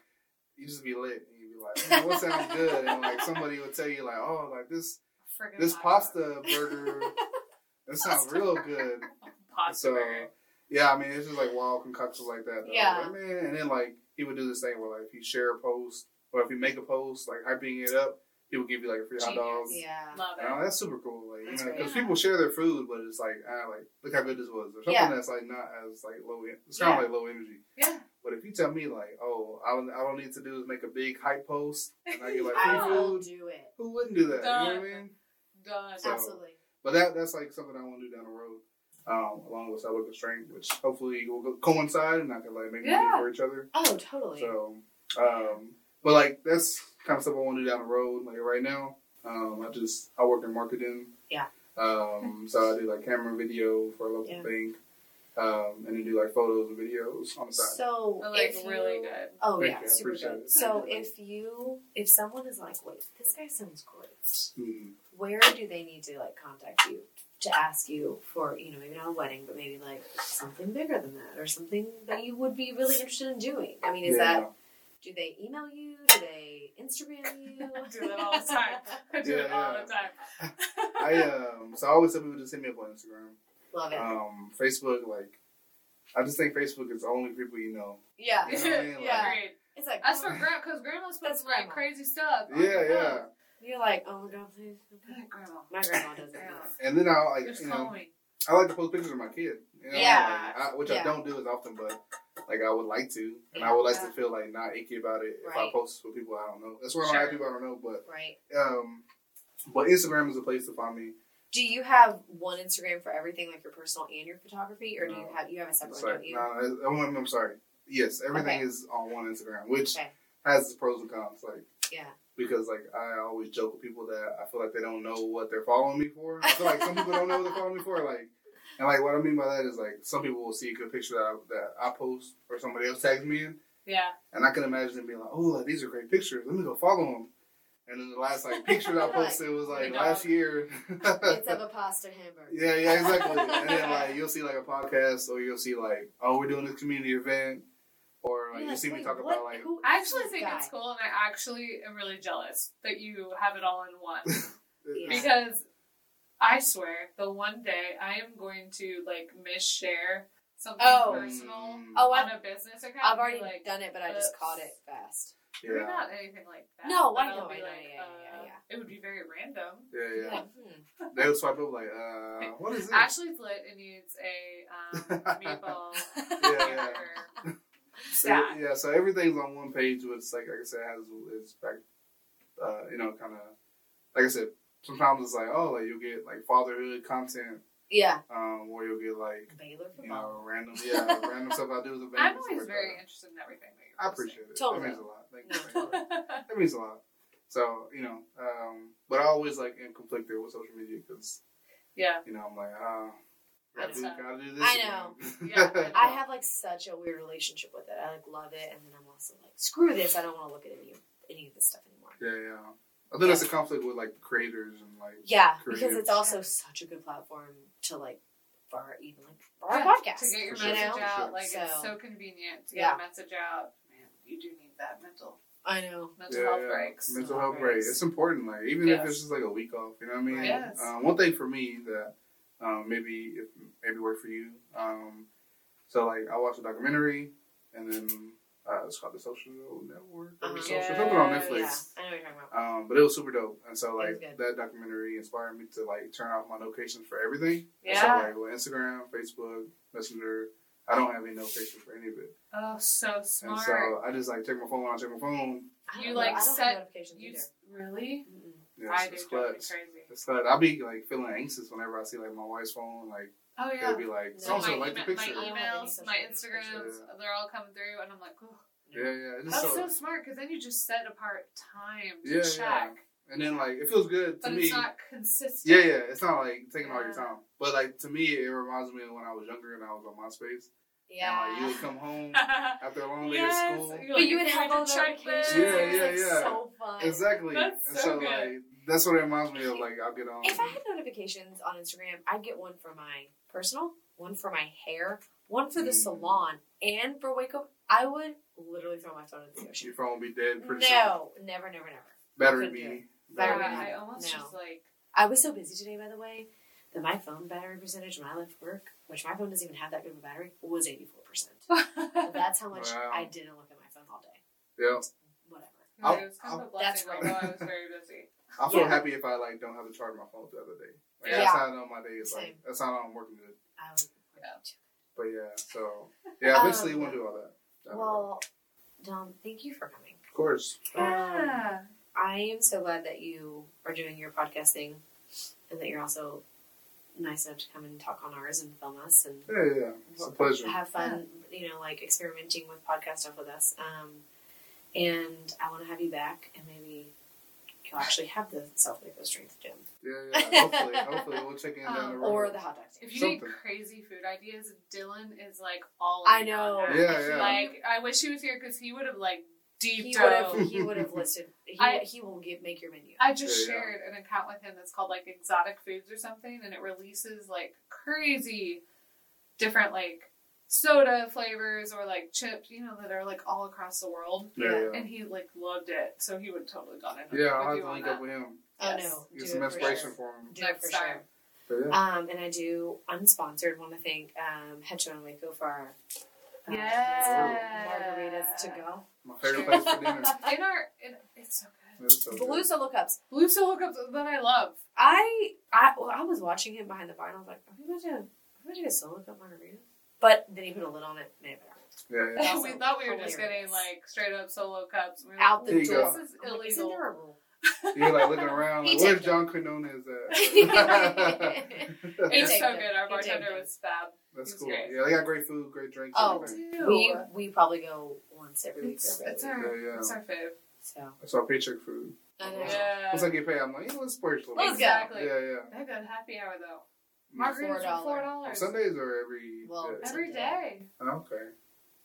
[SPEAKER 4] you just be lit, and you be like, man, what sounds good? And like somebody would tell you like, oh, like this
[SPEAKER 3] Friggin'
[SPEAKER 4] this
[SPEAKER 3] hot dog.
[SPEAKER 4] pasta burger that sounds real good.
[SPEAKER 3] Pasta
[SPEAKER 4] So
[SPEAKER 3] burger.
[SPEAKER 4] yeah, I mean it's just like wild concoctions like that. Though.
[SPEAKER 2] Yeah.
[SPEAKER 4] Like, man, and then like he would do this thing where like if you share a post or if you make a post like hyping it up, he would give you like a free hot dog.
[SPEAKER 3] Genius.
[SPEAKER 2] Yeah.
[SPEAKER 3] Love it.
[SPEAKER 4] Oh, that's super cool. Like,
[SPEAKER 2] That's
[SPEAKER 4] because
[SPEAKER 2] great.
[SPEAKER 4] people share their food, but it's like, ah, like look how good this was, or something
[SPEAKER 2] Yeah.
[SPEAKER 4] that's like not as like low. En- it's kind
[SPEAKER 3] Yeah.
[SPEAKER 4] of like low energy.
[SPEAKER 3] Yeah.
[SPEAKER 4] But if you tell me like, oh, all I all I need to do is make a big hype post, and I get like
[SPEAKER 2] I
[SPEAKER 4] free
[SPEAKER 2] will
[SPEAKER 4] food,
[SPEAKER 2] do it.
[SPEAKER 4] who wouldn't do that? You know
[SPEAKER 3] Done.
[SPEAKER 4] what I mean?
[SPEAKER 3] Done.
[SPEAKER 4] So-
[SPEAKER 2] Absolutely.
[SPEAKER 4] But that that's like something I want to do down the road, um, along with Cellular Strength, which hopefully will go- coincide, and I can like make
[SPEAKER 3] Yeah.
[SPEAKER 4] money for each other.
[SPEAKER 2] Oh, totally.
[SPEAKER 4] So, um, but like that's kind of stuff I want to do down the road. Like right now, um, I just I work in marketing.
[SPEAKER 2] Yeah.
[SPEAKER 4] Um, so I do like camera and video for a local
[SPEAKER 2] Yeah.
[SPEAKER 4] thing, um, and then do like photos and videos on the side.
[SPEAKER 2] So
[SPEAKER 3] But, like
[SPEAKER 2] if
[SPEAKER 3] really
[SPEAKER 2] you-
[SPEAKER 3] good.
[SPEAKER 2] Oh
[SPEAKER 4] Thank
[SPEAKER 2] yeah,
[SPEAKER 4] you, I
[SPEAKER 2] super
[SPEAKER 4] appreciate
[SPEAKER 2] good.
[SPEAKER 4] it.
[SPEAKER 2] So if you if someone is like, wait, this guy sounds great,
[SPEAKER 4] Mm.
[SPEAKER 2] where do they need to like contact you to ask you for you know maybe not a wedding, but maybe like something bigger than that or something that you would be really interested in doing? I mean, is that do they email you? Do they Instagram you?
[SPEAKER 3] I do that all the time. I do
[SPEAKER 4] Yeah,
[SPEAKER 3] it all
[SPEAKER 4] yeah.
[SPEAKER 3] the time.
[SPEAKER 4] I um, so I always tell people just hit me up on Instagram,
[SPEAKER 2] Love it.
[SPEAKER 4] um, Facebook. Like, I just think Facebook is the only people you know.
[SPEAKER 2] yeah,
[SPEAKER 4] You know what I mean? Like,
[SPEAKER 2] Yeah.
[SPEAKER 3] Agreed.
[SPEAKER 2] it's like
[SPEAKER 3] That's for grandma, because grandma's
[SPEAKER 2] That's
[SPEAKER 3] puts like
[SPEAKER 2] grandma.
[SPEAKER 3] crazy stuff.
[SPEAKER 2] Oh,
[SPEAKER 3] on
[SPEAKER 4] yeah,
[SPEAKER 3] her
[SPEAKER 4] yeah.
[SPEAKER 3] phone.
[SPEAKER 2] you're like, oh my god, please.
[SPEAKER 3] Yeah, Grandma.
[SPEAKER 2] My grandma does that.
[SPEAKER 4] And then I like
[SPEAKER 3] Just
[SPEAKER 4] you
[SPEAKER 3] call
[SPEAKER 4] know
[SPEAKER 3] me.
[SPEAKER 4] I like to post pictures of my kid. You know,
[SPEAKER 2] Yeah.
[SPEAKER 4] like, I, which
[SPEAKER 2] Yeah.
[SPEAKER 4] I don't do as often, but like I would like to, and I would like
[SPEAKER 3] Yeah.
[SPEAKER 4] to feel like not icky about it if
[SPEAKER 2] Right.
[SPEAKER 4] I post for people I don't know. That's where I
[SPEAKER 3] Sure.
[SPEAKER 4] don't have people I don't know, but
[SPEAKER 2] Right.
[SPEAKER 4] um, but Instagram is a place to find me.
[SPEAKER 2] Do you have one Instagram for everything, like your personal and your photography, or do you
[SPEAKER 4] No.
[SPEAKER 2] have you have a separate
[SPEAKER 4] It's
[SPEAKER 2] one?
[SPEAKER 4] like,
[SPEAKER 2] don't you?
[SPEAKER 4] no, I- I'm, I'm sorry. Yes, everything
[SPEAKER 2] Okay.
[SPEAKER 4] is on one Instagram, which
[SPEAKER 2] Okay.
[SPEAKER 4] has its pros and cons. Like
[SPEAKER 2] Yeah.
[SPEAKER 4] because like I always joke with people that I feel like they don't know what they're following me for. I feel like some people don't know what they're following me for. Like, and like what I mean by that is like some people will see a good picture that I, that I post or somebody else tags me in,
[SPEAKER 3] Yeah.
[SPEAKER 4] and I can imagine them being like, "Oh, like, these are great pictures. Let me go follow them." And then the last like picture that I posted was like
[SPEAKER 3] Like,
[SPEAKER 4] last year.
[SPEAKER 2] It's of a pasta hamburger.
[SPEAKER 4] Yeah, yeah, exactly. and then like you'll see like a podcast, or you'll see like, oh, we're doing this community event, or like,
[SPEAKER 2] You're
[SPEAKER 4] you see me
[SPEAKER 2] wait,
[SPEAKER 4] talk
[SPEAKER 2] what?
[SPEAKER 4] about like,
[SPEAKER 2] Who
[SPEAKER 3] I
[SPEAKER 2] is
[SPEAKER 3] actually
[SPEAKER 2] this
[SPEAKER 3] think
[SPEAKER 2] guy?
[SPEAKER 3] it's cool, and I actually am really jealous that you have it all in one.
[SPEAKER 2] Yeah.
[SPEAKER 3] Because I swear, the one day I am going to like misshare something
[SPEAKER 2] Oh.
[SPEAKER 4] Mm,
[SPEAKER 3] personal
[SPEAKER 2] Oh,
[SPEAKER 3] on
[SPEAKER 2] I've,
[SPEAKER 3] a business account.
[SPEAKER 2] I've
[SPEAKER 3] and be
[SPEAKER 2] already
[SPEAKER 3] like,
[SPEAKER 2] done it, but I just
[SPEAKER 3] uh,
[SPEAKER 2] caught it fast.
[SPEAKER 3] You're
[SPEAKER 4] yeah,
[SPEAKER 3] not anything like that.
[SPEAKER 2] No,
[SPEAKER 3] but
[SPEAKER 2] I
[SPEAKER 3] I'll
[SPEAKER 2] know,
[SPEAKER 3] be
[SPEAKER 2] I know,
[SPEAKER 3] like,
[SPEAKER 2] yeah, yeah,
[SPEAKER 3] uh,
[SPEAKER 2] yeah.
[SPEAKER 3] It would be very random.
[SPEAKER 4] yeah, yeah.
[SPEAKER 2] Like, hmm,
[SPEAKER 4] they would swipe up like, uh, what is this?
[SPEAKER 3] Ashley's lit and needs a um, meatball.
[SPEAKER 4] Yeah, yeah.
[SPEAKER 3] burger
[SPEAKER 4] So,
[SPEAKER 3] stat.
[SPEAKER 4] yeah, so everything's on one page, which like like I said has its back, uh, you know, kind of like I said. Sometimes it's like, oh, like you'll get like fatherhood content,
[SPEAKER 2] yeah,
[SPEAKER 4] um, or you'll get like,
[SPEAKER 2] Baylor for
[SPEAKER 4] you
[SPEAKER 2] mom.
[SPEAKER 4] know, random, yeah, random stuff I do with the baby.
[SPEAKER 3] I'm
[SPEAKER 4] stuff
[SPEAKER 3] always
[SPEAKER 4] like
[SPEAKER 3] very
[SPEAKER 4] that.
[SPEAKER 3] interested in everything that you're
[SPEAKER 4] I
[SPEAKER 3] posting.
[SPEAKER 4] appreciate it.
[SPEAKER 2] Totally.
[SPEAKER 4] That means a lot. Thank you.
[SPEAKER 2] No,
[SPEAKER 4] Thank you. That means a lot. So you know, um, but I always like am conflicted with social media because
[SPEAKER 3] yeah.
[SPEAKER 4] you know I'm like, ah, gotta,
[SPEAKER 3] That's
[SPEAKER 4] do,
[SPEAKER 3] tough.
[SPEAKER 4] gotta do this.
[SPEAKER 2] I know.
[SPEAKER 4] again.
[SPEAKER 3] Yeah.
[SPEAKER 2] I have like such a weird relationship with it. I like love it, and then I'm also like, screw this. I don't want to look at any of any of this stuff anymore.
[SPEAKER 4] yeah, yeah. I think that's a conflict with like the creators and like
[SPEAKER 2] Yeah, because
[SPEAKER 4] Creative.
[SPEAKER 2] it's also
[SPEAKER 3] Yeah.
[SPEAKER 2] such a good platform to like for our, even like for
[SPEAKER 3] Yeah,
[SPEAKER 2] our podcast.
[SPEAKER 3] to get your
[SPEAKER 4] For
[SPEAKER 3] message
[SPEAKER 2] sure.
[SPEAKER 4] For
[SPEAKER 3] out.
[SPEAKER 4] sure.
[SPEAKER 3] Like it's
[SPEAKER 2] So-
[SPEAKER 3] so convenient to
[SPEAKER 2] Yeah.
[SPEAKER 3] get a message out. Man, you do need that mental
[SPEAKER 2] I know.
[SPEAKER 3] mental health breaks.
[SPEAKER 4] Mental
[SPEAKER 2] Mental
[SPEAKER 4] health
[SPEAKER 2] health
[SPEAKER 4] break.
[SPEAKER 2] breaks.
[SPEAKER 4] It's important. Like even
[SPEAKER 3] Yes.
[SPEAKER 4] if it's just like a week off, you know what I mean.
[SPEAKER 2] Right.
[SPEAKER 3] Yes.
[SPEAKER 4] Uh, one thing for me that um, maybe if maybe work for you. Um, so like I watched a documentary and then uh, it's called the Social Network or
[SPEAKER 2] Uh-huh.
[SPEAKER 4] Social something on
[SPEAKER 3] Yeah,
[SPEAKER 4] Netflix.
[SPEAKER 2] Yeah, I know what you're talking about.
[SPEAKER 4] Um, but it was super dope, and so
[SPEAKER 2] It was
[SPEAKER 4] like
[SPEAKER 2] good.
[SPEAKER 4] that documentary inspired me to like turn off my notifications for everything. And
[SPEAKER 3] Yeah.
[SPEAKER 4] So like with Instagram, Facebook, Messenger, I don't have any notifications for any of it,
[SPEAKER 3] Oh, so
[SPEAKER 4] and
[SPEAKER 3] smart.
[SPEAKER 4] so uh, I just like check my phone when I check my phone.
[SPEAKER 2] I don't
[SPEAKER 3] You,
[SPEAKER 2] know,
[SPEAKER 3] like,
[SPEAKER 2] I don't have
[SPEAKER 3] set-
[SPEAKER 2] notifications
[SPEAKER 3] you
[SPEAKER 2] either.
[SPEAKER 3] s- really?
[SPEAKER 2] Mm-mm.
[SPEAKER 4] Yeah,
[SPEAKER 3] I do.
[SPEAKER 4] it's, it's
[SPEAKER 3] drive me
[SPEAKER 4] clutch.
[SPEAKER 3] crazy.
[SPEAKER 4] It's clutch. I'll be like feeling anxious whenever I see like my wife's phone. Like
[SPEAKER 3] Oh yeah.
[SPEAKER 4] they'll be like,
[SPEAKER 2] No.
[SPEAKER 4] so
[SPEAKER 3] So
[SPEAKER 4] and
[SPEAKER 3] my,
[SPEAKER 4] so
[SPEAKER 3] email,
[SPEAKER 4] like the picture.
[SPEAKER 3] my
[SPEAKER 2] don't have any
[SPEAKER 3] emails,
[SPEAKER 2] social
[SPEAKER 3] my
[SPEAKER 2] media
[SPEAKER 3] Instagrams,
[SPEAKER 4] pictures.
[SPEAKER 3] they're all coming through, and I'm like, oh,
[SPEAKER 4] Yeah, yeah. It's
[SPEAKER 3] that's
[SPEAKER 4] just
[SPEAKER 3] so
[SPEAKER 4] so,
[SPEAKER 3] smart because then you just set apart time to
[SPEAKER 4] Yeah,
[SPEAKER 3] check,
[SPEAKER 4] and then like it feels good to
[SPEAKER 3] but
[SPEAKER 4] me.
[SPEAKER 3] it's not consistent.
[SPEAKER 4] yeah, yeah. It's not like taking all your
[SPEAKER 3] Yeah.
[SPEAKER 4] time, but like to me, it reminds me of when I was younger and I was on MySpace.
[SPEAKER 2] Yeah.
[SPEAKER 4] And like you would come home after a long day
[SPEAKER 3] yes.
[SPEAKER 4] of school.
[SPEAKER 3] You're
[SPEAKER 2] but
[SPEAKER 3] like,
[SPEAKER 2] you would
[SPEAKER 3] "Can
[SPEAKER 2] have
[SPEAKER 3] I
[SPEAKER 2] all the
[SPEAKER 3] check this?"
[SPEAKER 2] notifications.
[SPEAKER 4] Yeah,
[SPEAKER 2] It was,
[SPEAKER 4] yeah,
[SPEAKER 2] like,
[SPEAKER 4] yeah.
[SPEAKER 2] So fun.
[SPEAKER 4] Exactly.
[SPEAKER 3] That's
[SPEAKER 4] and
[SPEAKER 3] so
[SPEAKER 4] so,
[SPEAKER 3] good.
[SPEAKER 4] like that's what it reminds me of. Like I'll get on.
[SPEAKER 2] If I had notifications on Instagram, I'd get one for my personal, one for my hair, one for the
[SPEAKER 4] Mm.
[SPEAKER 2] salon, and for Waco. I would literally throw my phone in the ocean.
[SPEAKER 4] your phone will be dead pretty soon.
[SPEAKER 2] No, never, never, never.
[SPEAKER 4] Battery
[SPEAKER 2] Couldn't do
[SPEAKER 4] be.
[SPEAKER 3] Yeah,
[SPEAKER 2] Battery.
[SPEAKER 3] I almost
[SPEAKER 2] No.
[SPEAKER 3] just like
[SPEAKER 2] I was so busy today, by the way, that my phone battery percentage when I left work, which my phone doesn't even have that good of a battery, was 84%. That's how much
[SPEAKER 4] Wow.
[SPEAKER 2] I didn't look at my phone all day.
[SPEAKER 4] Yeah.
[SPEAKER 2] Whatever.
[SPEAKER 3] Yeah, it was kind
[SPEAKER 4] I'll-
[SPEAKER 3] of a
[SPEAKER 2] That's
[SPEAKER 3] blessing,
[SPEAKER 2] right.
[SPEAKER 3] although I was very busy.
[SPEAKER 4] I feel
[SPEAKER 2] Yeah.
[SPEAKER 4] happy if I like don't have to charge my phone the other day. Like
[SPEAKER 2] Yeah.
[SPEAKER 4] that's how I know my day is like
[SPEAKER 2] Same.
[SPEAKER 4] that's how I know I'm working good.
[SPEAKER 2] I would,
[SPEAKER 4] But yeah, so yeah, eventually
[SPEAKER 2] Um,
[SPEAKER 4] we'll do all that.
[SPEAKER 2] well, Dom, thank you for coming.
[SPEAKER 4] of course.
[SPEAKER 3] Yeah.
[SPEAKER 2] I am so glad that you are doing your podcast thing and that you're also nice enough to come and talk on ours and film us and
[SPEAKER 4] Yeah, yeah, yeah. It's a pleasure.
[SPEAKER 2] have fun, you know, like experimenting with podcast stuff with us. Um, and I want to have you back and maybe you'll actually have the self micro strength gym
[SPEAKER 4] Yeah, yeah. Hopefully, hopefully we'll check in down the
[SPEAKER 3] Um,
[SPEAKER 4] road.
[SPEAKER 2] or the hot dog stand.
[SPEAKER 3] If you need
[SPEAKER 4] Something.
[SPEAKER 3] crazy food ideas, Dylan is like all.
[SPEAKER 2] I
[SPEAKER 3] in
[SPEAKER 2] know.
[SPEAKER 3] on that.
[SPEAKER 4] Yeah, yeah.
[SPEAKER 3] Like I wish he was here because he would have like
[SPEAKER 2] He
[SPEAKER 3] deep
[SPEAKER 2] would have,
[SPEAKER 3] dove.
[SPEAKER 2] he would have listed, he,
[SPEAKER 3] I-
[SPEAKER 2] he will give, make your menu.
[SPEAKER 3] I just
[SPEAKER 4] Yeah, yeah.
[SPEAKER 3] shared an account with him that's called like Exotic Foods or something, and it releases like crazy different like soda flavors or like chips, you know, that are like all across the world.
[SPEAKER 4] yeah, yeah.
[SPEAKER 3] And he like loved it, so he would totally done it.
[SPEAKER 4] Yeah, I'll
[SPEAKER 3] with
[SPEAKER 4] have
[SPEAKER 3] you
[SPEAKER 4] to
[SPEAKER 3] on
[SPEAKER 4] link
[SPEAKER 3] that.
[SPEAKER 4] up with him.
[SPEAKER 2] oh
[SPEAKER 3] yes.
[SPEAKER 2] no.
[SPEAKER 4] Get
[SPEAKER 2] do
[SPEAKER 4] some
[SPEAKER 2] it for
[SPEAKER 4] inspiration
[SPEAKER 2] sure.
[SPEAKER 4] for him.
[SPEAKER 2] Do it
[SPEAKER 3] Next
[SPEAKER 2] for
[SPEAKER 3] time.
[SPEAKER 2] sure.
[SPEAKER 4] But yeah.
[SPEAKER 2] Um, and I do unsponsored want to thank um, Hecho and Waco for our uh,
[SPEAKER 3] Yeah.
[SPEAKER 2] margaritas to go.
[SPEAKER 4] My favorite place for dinner.
[SPEAKER 3] In our, in, it's so good.
[SPEAKER 4] That's so
[SPEAKER 2] Blue
[SPEAKER 4] good.
[SPEAKER 2] solo cups.
[SPEAKER 3] Blue Soul Hookups that I love.
[SPEAKER 2] I I well, I was watching him behind the bar and I was like, are we going to are we gonna get solo cup margarita? But then he put a lid on it. Maybe
[SPEAKER 4] Yeah, yeah.
[SPEAKER 2] Also
[SPEAKER 3] we thought we were just
[SPEAKER 2] hilarious.
[SPEAKER 3] getting like straight up solo cups. We were
[SPEAKER 2] Out
[SPEAKER 3] like,
[SPEAKER 2] the
[SPEAKER 4] There you
[SPEAKER 2] door.
[SPEAKER 4] go.
[SPEAKER 3] This is
[SPEAKER 2] I'm like, It's
[SPEAKER 3] illegal.
[SPEAKER 2] adorable.
[SPEAKER 4] You're like looking around,
[SPEAKER 2] He
[SPEAKER 4] like, where's
[SPEAKER 2] tanked
[SPEAKER 4] John Quinones at?
[SPEAKER 2] He
[SPEAKER 3] It's so
[SPEAKER 2] tanked it.
[SPEAKER 3] good. Our
[SPEAKER 2] He tanked
[SPEAKER 3] bartender
[SPEAKER 2] it.
[SPEAKER 3] was fab.
[SPEAKER 4] That's
[SPEAKER 3] He's
[SPEAKER 4] cool.
[SPEAKER 3] great.
[SPEAKER 4] Yeah, they got great food, great drinks.
[SPEAKER 2] Oh,
[SPEAKER 4] everything.
[SPEAKER 2] We we probably go once every week.
[SPEAKER 3] It's,
[SPEAKER 2] or every
[SPEAKER 3] it's
[SPEAKER 2] other week.
[SPEAKER 3] our,
[SPEAKER 4] Yeah, yeah.
[SPEAKER 3] it's our fave.
[SPEAKER 2] So
[SPEAKER 4] I saw paycheck food.
[SPEAKER 2] I know.
[SPEAKER 3] Yeah.
[SPEAKER 4] Once I get paid, I'm like, yeah, let's splurge a little
[SPEAKER 2] Let's
[SPEAKER 4] bit.
[SPEAKER 2] go.
[SPEAKER 3] exactly.
[SPEAKER 4] Yeah, yeah.
[SPEAKER 3] That good happy hour though.
[SPEAKER 2] Mark-
[SPEAKER 3] Margaritas
[SPEAKER 2] $4.
[SPEAKER 3] are four dollars.
[SPEAKER 4] Sundays or every
[SPEAKER 2] Well,
[SPEAKER 4] day?
[SPEAKER 3] Every day.
[SPEAKER 4] Oh, okay.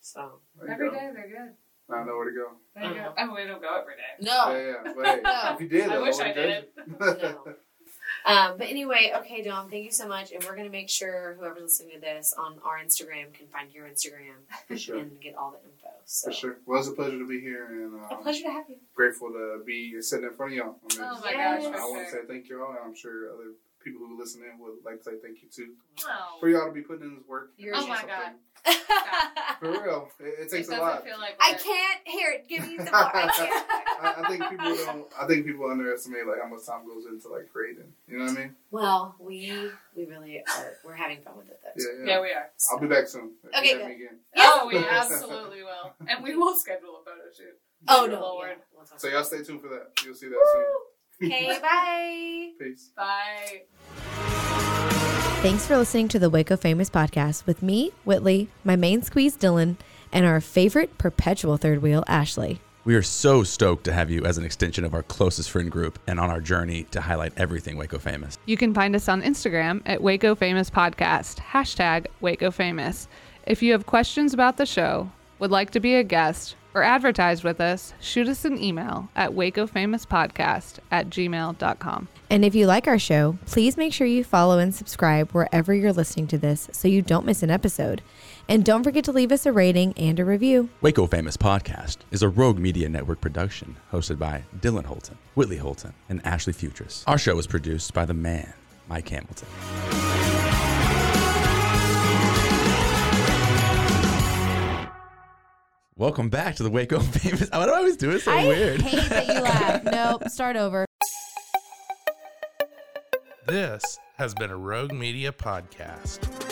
[SPEAKER 2] So
[SPEAKER 4] There you
[SPEAKER 3] Every
[SPEAKER 4] go.
[SPEAKER 3] day they're good.
[SPEAKER 4] I don't know where to go.
[SPEAKER 3] There you go.
[SPEAKER 2] Uh-huh.
[SPEAKER 3] I mean, we don't go every day.
[SPEAKER 2] no,
[SPEAKER 4] Yeah, yeah. But hey, if you did,
[SPEAKER 3] Oh. I
[SPEAKER 4] I,
[SPEAKER 3] wish I
[SPEAKER 4] wouldn't judge you.
[SPEAKER 2] no. Um, but anyway, okay, Dom, thank you so much. And we're going to make sure whoever's listening to this on our Instagram can find your Instagram
[SPEAKER 4] For sure.
[SPEAKER 2] and get all the info. So,
[SPEAKER 4] For sure. Well, it's a pleasure to be here and
[SPEAKER 2] a
[SPEAKER 4] um,
[SPEAKER 2] pleasure to have you.
[SPEAKER 4] grateful to be sitting in front of y'all. I mean,
[SPEAKER 3] Oh my
[SPEAKER 2] Yes.
[SPEAKER 3] gosh.
[SPEAKER 4] I
[SPEAKER 3] for
[SPEAKER 4] want to
[SPEAKER 3] sure.
[SPEAKER 4] say thank you all, and I'm sure other people who listen in would like to say thank you too.
[SPEAKER 3] Oh.
[SPEAKER 4] For y'all to be putting in this work.
[SPEAKER 2] You're
[SPEAKER 3] Oh my
[SPEAKER 4] Something.
[SPEAKER 3] God.
[SPEAKER 4] For real. It, it
[SPEAKER 3] It
[SPEAKER 4] takes
[SPEAKER 3] doesn't
[SPEAKER 4] a lot.
[SPEAKER 3] feel like
[SPEAKER 2] I
[SPEAKER 3] we're-
[SPEAKER 2] can't hear it. Give me some more. I can't.
[SPEAKER 4] I, I think people don't. I think people underestimate like how much time goes into like creating. You know what I mean?
[SPEAKER 2] Well, we we really are. We're having fun with it, though.
[SPEAKER 4] Yeah, yeah.
[SPEAKER 3] Yeah, we are.
[SPEAKER 4] I'll be back soon. If you
[SPEAKER 2] Okay,
[SPEAKER 4] have
[SPEAKER 2] good.
[SPEAKER 4] me again.
[SPEAKER 3] Oh, we absolutely will. And we will schedule a photo shoot.
[SPEAKER 2] Oh, no.
[SPEAKER 3] Lord.
[SPEAKER 2] yeah, we'll talk
[SPEAKER 4] So
[SPEAKER 2] about
[SPEAKER 4] y'all stay tuned for that. You'll see that
[SPEAKER 2] it. Okay, bye.
[SPEAKER 4] soon. Peace.
[SPEAKER 3] Bye.
[SPEAKER 1] Thanks for listening to the Waco Famous podcast with me, Whitley, my main squeeze, Dylan, and our favorite perpetual third wheel, Ashley.
[SPEAKER 5] We are so stoked to have you as an extension of our closest friend group and on our journey to highlight everything Waco famous.
[SPEAKER 3] You can find us on Instagram at Waco Famous Podcast, hashtag Waco Famous. If you have questions about the show, would like to be a guest, or advertise with us, shoot us an email at wacofamouspodcast at gmail.com.
[SPEAKER 1] And if you like our show, please make sure you follow and subscribe wherever you're listening to this so you don't miss an episode. And don't forget to leave us a rating and a review.
[SPEAKER 5] Waco Famous Podcast is a Rogue Media Network production hosted by Dylan Holton, Whitley Holton, and Ashley Futris. Our show is produced by the man, Mike Hamilton. Welcome back to the Waco Famous. Why do I always do it so weird?
[SPEAKER 1] hate that you laugh. nope, start over.
[SPEAKER 6] This has been a Rogue Media podcast.